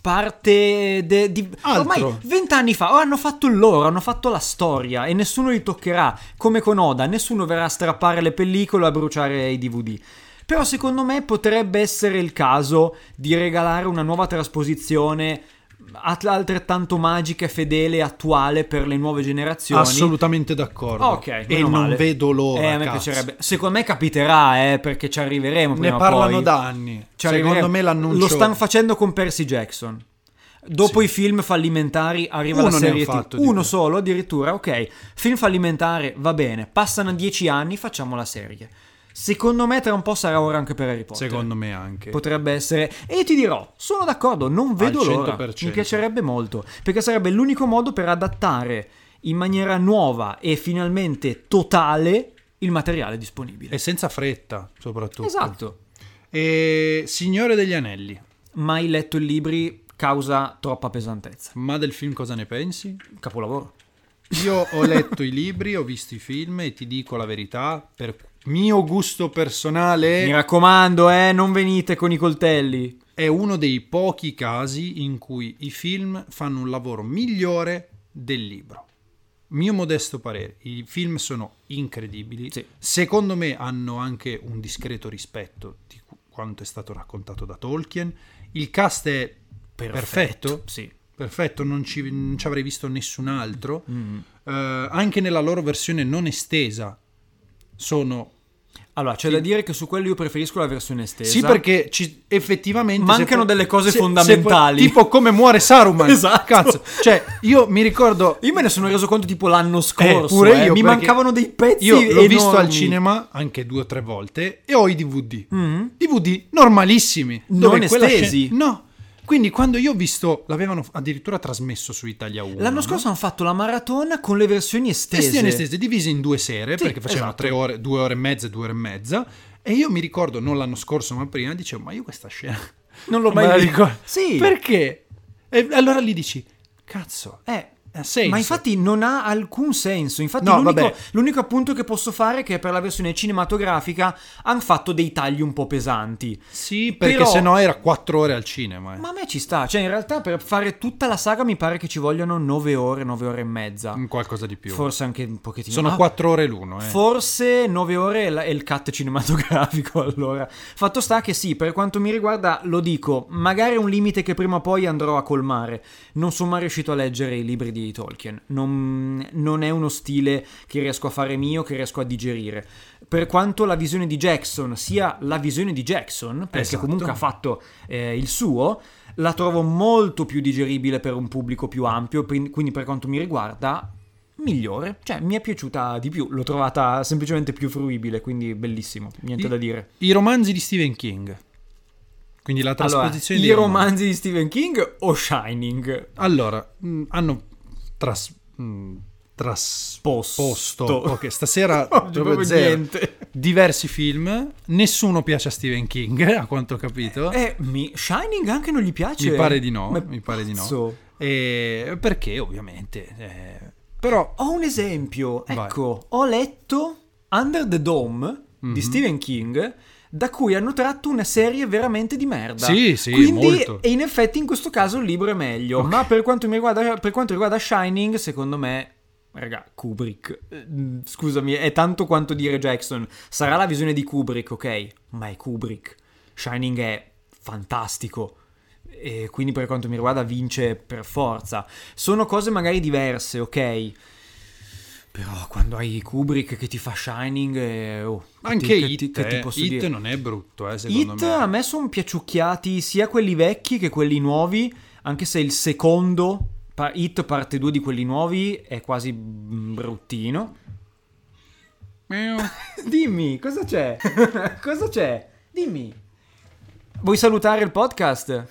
[SPEAKER 2] parte de- di
[SPEAKER 1] Altro.
[SPEAKER 2] ormai vent'anni fa oh, hanno fatto il loro, hanno fatto la storia e nessuno li toccherà, come con Oda, nessuno verrà a strappare le pellicole o a bruciare i DVD. Però secondo me potrebbe essere il caso di regalare una nuova trasposizione at- altrettanto magica, fedele e attuale per le nuove generazioni.
[SPEAKER 1] Assolutamente d'accordo.
[SPEAKER 2] Ok,
[SPEAKER 1] e
[SPEAKER 2] meno
[SPEAKER 1] non
[SPEAKER 2] male.
[SPEAKER 1] vedo l'ora.
[SPEAKER 2] Eh, a me
[SPEAKER 1] cazzo.
[SPEAKER 2] piacerebbe. Secondo me capiterà, eh, perché ci arriveremo. prima
[SPEAKER 1] Ne
[SPEAKER 2] o
[SPEAKER 1] parlano
[SPEAKER 2] poi.
[SPEAKER 1] da anni. Cioè,
[SPEAKER 2] Ci
[SPEAKER 1] Secondo
[SPEAKER 2] arriveremo.
[SPEAKER 1] me l'annuncio
[SPEAKER 2] Lo stanno facendo con Percy Jackson. Dopo i film fallimentari arriva
[SPEAKER 1] Uno
[SPEAKER 2] la
[SPEAKER 1] ne ho
[SPEAKER 2] serie
[SPEAKER 1] fatto
[SPEAKER 2] TV.
[SPEAKER 1] di
[SPEAKER 2] Uno
[SPEAKER 1] quello.
[SPEAKER 2] solo addirittura, ok. Film fallimentare, va bene. Passano dieci anni, facciamo la serie. Secondo me tra un po' sarà ora anche per Harry Potter.
[SPEAKER 1] Secondo me anche.
[SPEAKER 2] Potrebbe essere. E io ti dirò, sono d'accordo, non vedo l'ora.
[SPEAKER 1] 100%.
[SPEAKER 2] Mi piacerebbe molto, perché sarebbe l'unico modo per adattare in maniera nuova e finalmente totale il materiale disponibile.
[SPEAKER 1] E senza fretta, soprattutto.
[SPEAKER 2] Esatto.
[SPEAKER 1] E Signore degli Anelli,
[SPEAKER 2] Mai letto i libri causa troppa pesantezza.
[SPEAKER 1] ma del film cosa ne pensi?
[SPEAKER 2] Capolavoro.
[SPEAKER 1] Io ho letto i libri, ho visto i film e ti dico la verità, per mio gusto personale
[SPEAKER 2] Mi raccomando, eh, non venite con i coltelli.
[SPEAKER 1] è uno dei pochi casi in cui i film fanno un lavoro migliore del libro. Mio modesto parere, i film sono incredibili,
[SPEAKER 2] Sì.
[SPEAKER 1] secondo me hanno anche un discreto rispetto di cu- quanto è stato raccontato da Tolkien, il cast è perfetto,
[SPEAKER 2] Sì.
[SPEAKER 1] Perfetto, non ci, non ci avrei visto nessun altro.
[SPEAKER 2] Mm.
[SPEAKER 1] Eh, anche nella loro versione non estesa sono
[SPEAKER 2] Allora, c'è
[SPEAKER 1] Sì.
[SPEAKER 2] da dire che su quello io preferisco la versione estesa.
[SPEAKER 1] Sì, perché ci- effettivamente.
[SPEAKER 2] Esatto. Mancano
[SPEAKER 1] se-
[SPEAKER 2] delle cose
[SPEAKER 1] se- se-
[SPEAKER 2] fondamentali.
[SPEAKER 1] tipo come muore Saruman.
[SPEAKER 2] Esatto.
[SPEAKER 1] Cazzo. Cioè, io mi ricordo.
[SPEAKER 2] Io me ne sono reso conto tipo l'anno scorso.
[SPEAKER 1] Eh, pure io,
[SPEAKER 2] Mi
[SPEAKER 1] perché
[SPEAKER 2] mancavano dei pezzi.
[SPEAKER 1] Io l'ho
[SPEAKER 2] enormi.
[SPEAKER 1] visto al cinema anche due o tre volte e ho i DVD.
[SPEAKER 2] Mhm.
[SPEAKER 1] DVD normalissimi.
[SPEAKER 2] Non
[SPEAKER 1] dove quella
[SPEAKER 2] estesi.
[SPEAKER 1] scena- no. Quindi quando io ho visto, l'avevano addirittura trasmesso su Italia 1.
[SPEAKER 2] L'anno scorso hanno fatto la maratona con le versioni estese.
[SPEAKER 1] Testione estese divise in due sere
[SPEAKER 2] Sì,
[SPEAKER 1] perché facevano
[SPEAKER 2] esatto.
[SPEAKER 1] tre ore, due ore e mezza, due ore e mezza. E io mi ricordo, non l'anno scorso, ma prima, dicevo, ma io questa scena
[SPEAKER 2] Non l'ho
[SPEAKER 1] me la
[SPEAKER 2] mai
[SPEAKER 1] ricordo.
[SPEAKER 2] visto. Sì.
[SPEAKER 1] Perché? E allora lì dici, cazzo,
[SPEAKER 2] Eh,
[SPEAKER 1] ha senso.
[SPEAKER 2] Ma infatti non ha alcun senso. Infatti,
[SPEAKER 1] No,
[SPEAKER 2] l'unico,
[SPEAKER 1] vabbè.
[SPEAKER 2] l'unico appunto che posso fare è che per la versione cinematografica hanno fatto dei tagli un po' pesanti.
[SPEAKER 1] Sì, perché
[SPEAKER 2] Però-
[SPEAKER 1] sennò era quattro ore al cinema. eh.
[SPEAKER 2] Ma a me ci sta. Cioè, in realtà, per fare tutta la saga mi pare che ci vogliono 9 ore, 9 ore e mezza.
[SPEAKER 1] Mm, Qualcosa di più.
[SPEAKER 2] Forse anche un pochettino.
[SPEAKER 1] Sono
[SPEAKER 2] Ah,
[SPEAKER 1] quattro ore l'uno. Eh.
[SPEAKER 2] Forse 9 ore è la- è il cut cinematografico allora. Fatto sta che sì, per quanto mi riguarda lo dico, magari è un limite che prima o poi andrò a colmare. Non sono mai riuscito a leggere i libri di Tolkien, non, non è uno stile che riesco a fare mio, che riesco a digerire. Per quanto la visione di Jackson sia la visione di Jackson, perché
[SPEAKER 1] Esatto.
[SPEAKER 2] comunque ha fatto eh, il suo, la trovo molto più digeribile per un pubblico più ampio, prin- quindi per quanto mi riguarda migliore, cioè mi è piaciuta di più, l'ho trovata semplicemente più fruibile, quindi bellissimo, niente
[SPEAKER 1] I-
[SPEAKER 2] da dire.
[SPEAKER 1] I romanzi di Stephen King. Quindi la
[SPEAKER 2] Allora,
[SPEAKER 1] trasposizione
[SPEAKER 2] i
[SPEAKER 1] di romanzi.
[SPEAKER 2] romanzi di Stephen King o Shining?
[SPEAKER 1] Allora, mh, hanno tras... mm, mh, trasposto.
[SPEAKER 2] Posto.
[SPEAKER 1] Ok, stasera
[SPEAKER 2] Oggi
[SPEAKER 1] proprio
[SPEAKER 2] proprio
[SPEAKER 1] zero.
[SPEAKER 2] niente.
[SPEAKER 1] Diversi film, nessuno piace a Stephen King, a quanto ho capito.
[SPEAKER 2] Eh, mi... Shining anche non gli piace?
[SPEAKER 1] Mi pare di no,
[SPEAKER 2] Ma
[SPEAKER 1] mi pare di no.
[SPEAKER 2] pazzo.
[SPEAKER 1] E- perché ovviamente eh, però
[SPEAKER 2] Ho un esempio,
[SPEAKER 1] Vai.
[SPEAKER 2] ecco, ho letto Under the Dome di Stephen King, da cui hanno tratto una serie veramente di merda.
[SPEAKER 1] Sì, sì,
[SPEAKER 2] Quindi,
[SPEAKER 1] molto.
[SPEAKER 2] E in effetti in questo caso il libro è meglio, ma per quanto, mi riguarda, per quanto riguarda Shining, secondo me... Raga, Kubrick, eh, mm, scusami, è tanto quanto dire Jackson. Sarà la visione di Kubrick, ok? Ma è Kubrick. Shining è fantastico. E quindi per quanto mi riguarda vince per forza. Sono cose magari diverse, ok? Però quando hai Kubrick che ti fa Shining, eh, oh, che
[SPEAKER 1] anche
[SPEAKER 2] ti- che ti-
[SPEAKER 1] It,
[SPEAKER 2] che ti
[SPEAKER 1] eh,
[SPEAKER 2] posso
[SPEAKER 1] It
[SPEAKER 2] dire?
[SPEAKER 1] non è brutto eh, secondo
[SPEAKER 2] It
[SPEAKER 1] me
[SPEAKER 2] a me sono piaciucchiati sia quelli vecchi che quelli nuovi, anche se il secondo, pa- It parte 2 di quelli nuovi, è quasi mm, bruttino.
[SPEAKER 1] Miau.
[SPEAKER 2] Dimmi, cosa c'è? cosa c'è? Dimmi. Vuoi salutare il podcast?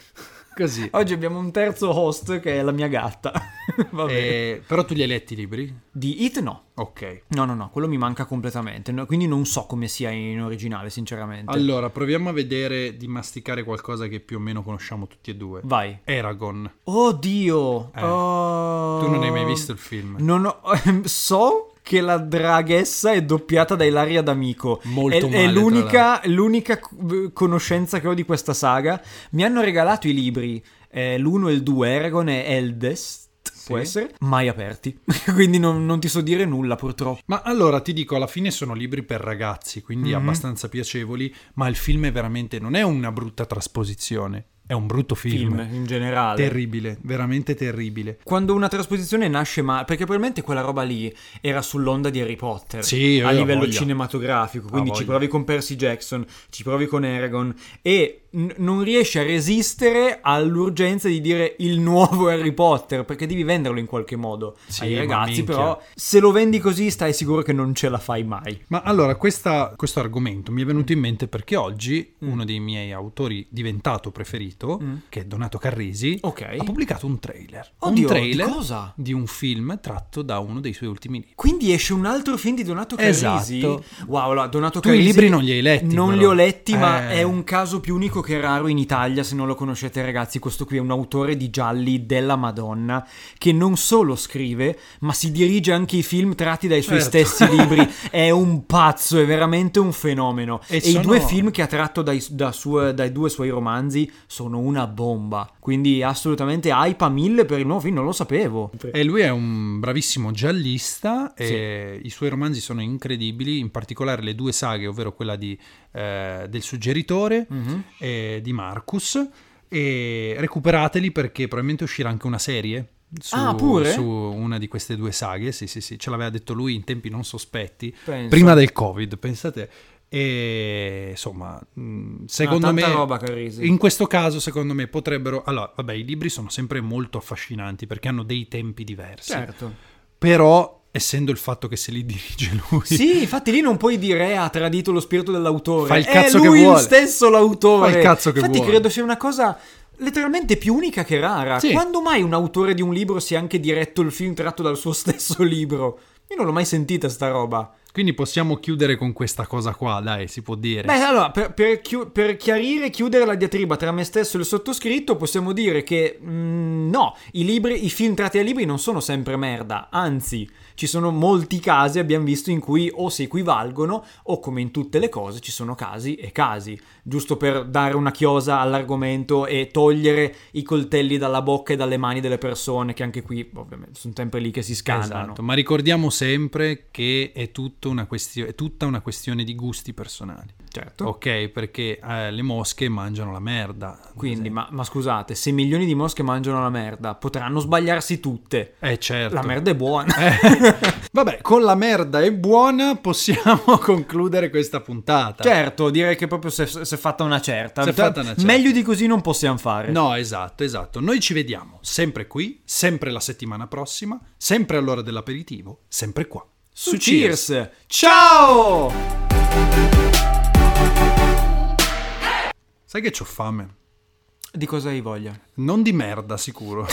[SPEAKER 1] così
[SPEAKER 2] Oggi abbiamo un terzo host che è la mia gatta. Vabbè.
[SPEAKER 1] Eh, però tu li hai letti i libri?
[SPEAKER 2] Di It no.
[SPEAKER 1] ok
[SPEAKER 2] No, no, no, quello mi manca completamente. no, quindi non so come sia in originale, sinceramente.
[SPEAKER 1] allora proviamo a vedere di masticare qualcosa che più o meno conosciamo tutti e due
[SPEAKER 2] Vai.
[SPEAKER 1] Eragon
[SPEAKER 2] Oddio!
[SPEAKER 1] Eh,
[SPEAKER 2] Oh.
[SPEAKER 1] tu non hai mai visto il film
[SPEAKER 2] Non ho- so che la draghessa è doppiata da Ilaria D'Amico.
[SPEAKER 1] Molto
[SPEAKER 2] è,
[SPEAKER 1] male,
[SPEAKER 2] È
[SPEAKER 1] tra
[SPEAKER 2] l'unica, l'unica c- conoscenza che ho di questa saga. Mi hanno regalato i libri, eh, l'1 e il 2, Eragon e Eldest. Può
[SPEAKER 1] Sì.
[SPEAKER 2] essere? Mai aperti. Quindi non, non ti so dire nulla, purtroppo.
[SPEAKER 1] Ma allora ti dico, alla fine sono libri per ragazzi, quindi
[SPEAKER 2] Mhm.
[SPEAKER 1] abbastanza piacevoli, ma il film è veramente non è una brutta trasposizione, è un brutto film.
[SPEAKER 2] Film, in generale.
[SPEAKER 1] Terribile, veramente terribile.
[SPEAKER 2] Quando una trasposizione nasce male, perché probabilmente quella roba lì era sull'onda di Harry Potter
[SPEAKER 1] Sì,
[SPEAKER 2] a
[SPEAKER 1] eh,
[SPEAKER 2] livello
[SPEAKER 1] voglia.
[SPEAKER 2] cinematografico, quindi
[SPEAKER 1] Ah,
[SPEAKER 2] ci
[SPEAKER 1] voglia.
[SPEAKER 2] provi con Percy Jackson, ci provi con Eragon e n- non riesci a resistere all'urgenza di dire il nuovo Harry Potter, perché devi venderlo in qualche modo
[SPEAKER 1] Sì,
[SPEAKER 2] ai
[SPEAKER 1] ma
[SPEAKER 2] ragazzi,
[SPEAKER 1] minchia.
[SPEAKER 2] però se lo vendi così stai sicuro che non ce la fai mai.
[SPEAKER 1] Ma allora, questa- questo argomento mi è venuto in mente perché oggi uno dei miei autori diventato preferito,
[SPEAKER 2] Mm.
[SPEAKER 1] che è Donato Carrisi,
[SPEAKER 2] Ok.
[SPEAKER 1] ha pubblicato un trailer.
[SPEAKER 2] Oddio,
[SPEAKER 1] un trailer
[SPEAKER 2] di cosa?
[SPEAKER 1] di un film tratto da uno dei suoi ultimi libri.
[SPEAKER 2] Quindi esce un altro film di Donato Carrisi.
[SPEAKER 1] Esatto.
[SPEAKER 2] Wow, allora, Donato
[SPEAKER 1] Tu i
[SPEAKER 2] Carrisi.
[SPEAKER 1] libri non li hai letti,
[SPEAKER 2] Non
[SPEAKER 1] però.
[SPEAKER 2] li ho letti, ma
[SPEAKER 1] Eh.
[SPEAKER 2] è un caso più unico che raro in Italia. Se non lo conoscete, ragazzi, questo qui è un autore di gialli della Madonna che non solo scrive, ma si dirige anche i film tratti dai suoi
[SPEAKER 1] Certo.
[SPEAKER 2] stessi libri. È un pazzo, è veramente un fenomeno. E,
[SPEAKER 1] E
[SPEAKER 2] i
[SPEAKER 1] sono-
[SPEAKER 2] due film che ha tratto dai, da sue- dai due suoi romanzi sono una bomba. Quindi, assolutamente hype a mille per il nuovo film. Non lo sapevo.
[SPEAKER 1] E lui è un bravissimo giallista
[SPEAKER 2] Sì.
[SPEAKER 1] e i suoi romanzi sono incredibili, in particolare le due saghe, ovvero quella di, eh, del suggeritore
[SPEAKER 2] Mhm.
[SPEAKER 1] e di Marcus. E recuperateli perché probabilmente uscirà anche una serie. Su,
[SPEAKER 2] Ah, pure?
[SPEAKER 1] su una di queste due saghe, sì, sì, sì, ce l'aveva detto lui in tempi non sospetti,
[SPEAKER 2] Pensa.
[SPEAKER 1] prima del Covid, pensate. E insomma, mh,
[SPEAKER 2] Ah,
[SPEAKER 1] secondo
[SPEAKER 2] tanta
[SPEAKER 1] me,
[SPEAKER 2] roba, Carrisi.
[SPEAKER 1] in questo caso, secondo me potrebbero. Allora, vabbè, i libri sono sempre molto affascinanti perché hanno dei tempi diversi.
[SPEAKER 2] Certo.
[SPEAKER 1] Però, essendo il fatto che se li dirige lui,
[SPEAKER 2] Sì, infatti lì non puoi dire "Eh, ha tradito lo spirito dell'autore.
[SPEAKER 1] Fa il
[SPEAKER 2] È
[SPEAKER 1] cazzo che
[SPEAKER 2] lui
[SPEAKER 1] vuole.
[SPEAKER 2] il stesso l'autore.
[SPEAKER 1] Fa il cazzo che
[SPEAKER 2] infatti
[SPEAKER 1] vuole.
[SPEAKER 2] credo sia una cosa letteralmente più unica che rara.
[SPEAKER 1] Sì.
[SPEAKER 2] Quando mai un autore di un libro si è anche diretto il film tratto dal suo stesso libro? Io non l'ho mai sentita sta roba.
[SPEAKER 1] quindi possiamo chiudere con questa cosa qua, dai, si può dire.
[SPEAKER 2] Beh, allora, per, per chiu- per chiarire e chiudere la diatriba tra me stesso e il sottoscritto, possiamo dire che mm, no, i, libri, i film tratti dai libri non sono sempre merda, anzi, ci sono molti casi, abbiamo visto, in cui o si equivalgono o, come in tutte le cose, ci sono casi e casi. Giusto per dare una chiosa all'argomento e togliere i coltelli dalla bocca e dalle mani delle persone, che anche qui, ovviamente, sono sempre lì che si scannano.
[SPEAKER 1] Esatto, ma ricordiamo sempre che è, tutto una questio- è tutta una questione di gusti personali.
[SPEAKER 2] Certo.
[SPEAKER 1] Ok, perché eh, le mosche mangiano la merda. Esatto. ad
[SPEAKER 2] Quindi,
[SPEAKER 1] esempio.
[SPEAKER 2] ma, ma scusate, se milioni di mosche mangiano la merda, potranno sbagliarsi tutte.
[SPEAKER 1] Eh certo.
[SPEAKER 2] La merda è buona.
[SPEAKER 1] Eh, Vabbè, con la merda è buona possiamo concludere questa puntata.
[SPEAKER 2] certo, direi che proprio se se è fatta una certa.
[SPEAKER 1] Se è fatta una certa.
[SPEAKER 2] Meglio di così non possiamo fare.
[SPEAKER 1] No, esatto, esatto. Noi ci vediamo sempre qui, sempre la settimana prossima, sempre all'ora dell'aperitivo, sempre qua.
[SPEAKER 2] Su cheers. Ciao!
[SPEAKER 1] Sai che c'ho fame?
[SPEAKER 2] Di cosa hai voglia?
[SPEAKER 1] Non di merda, sicuro.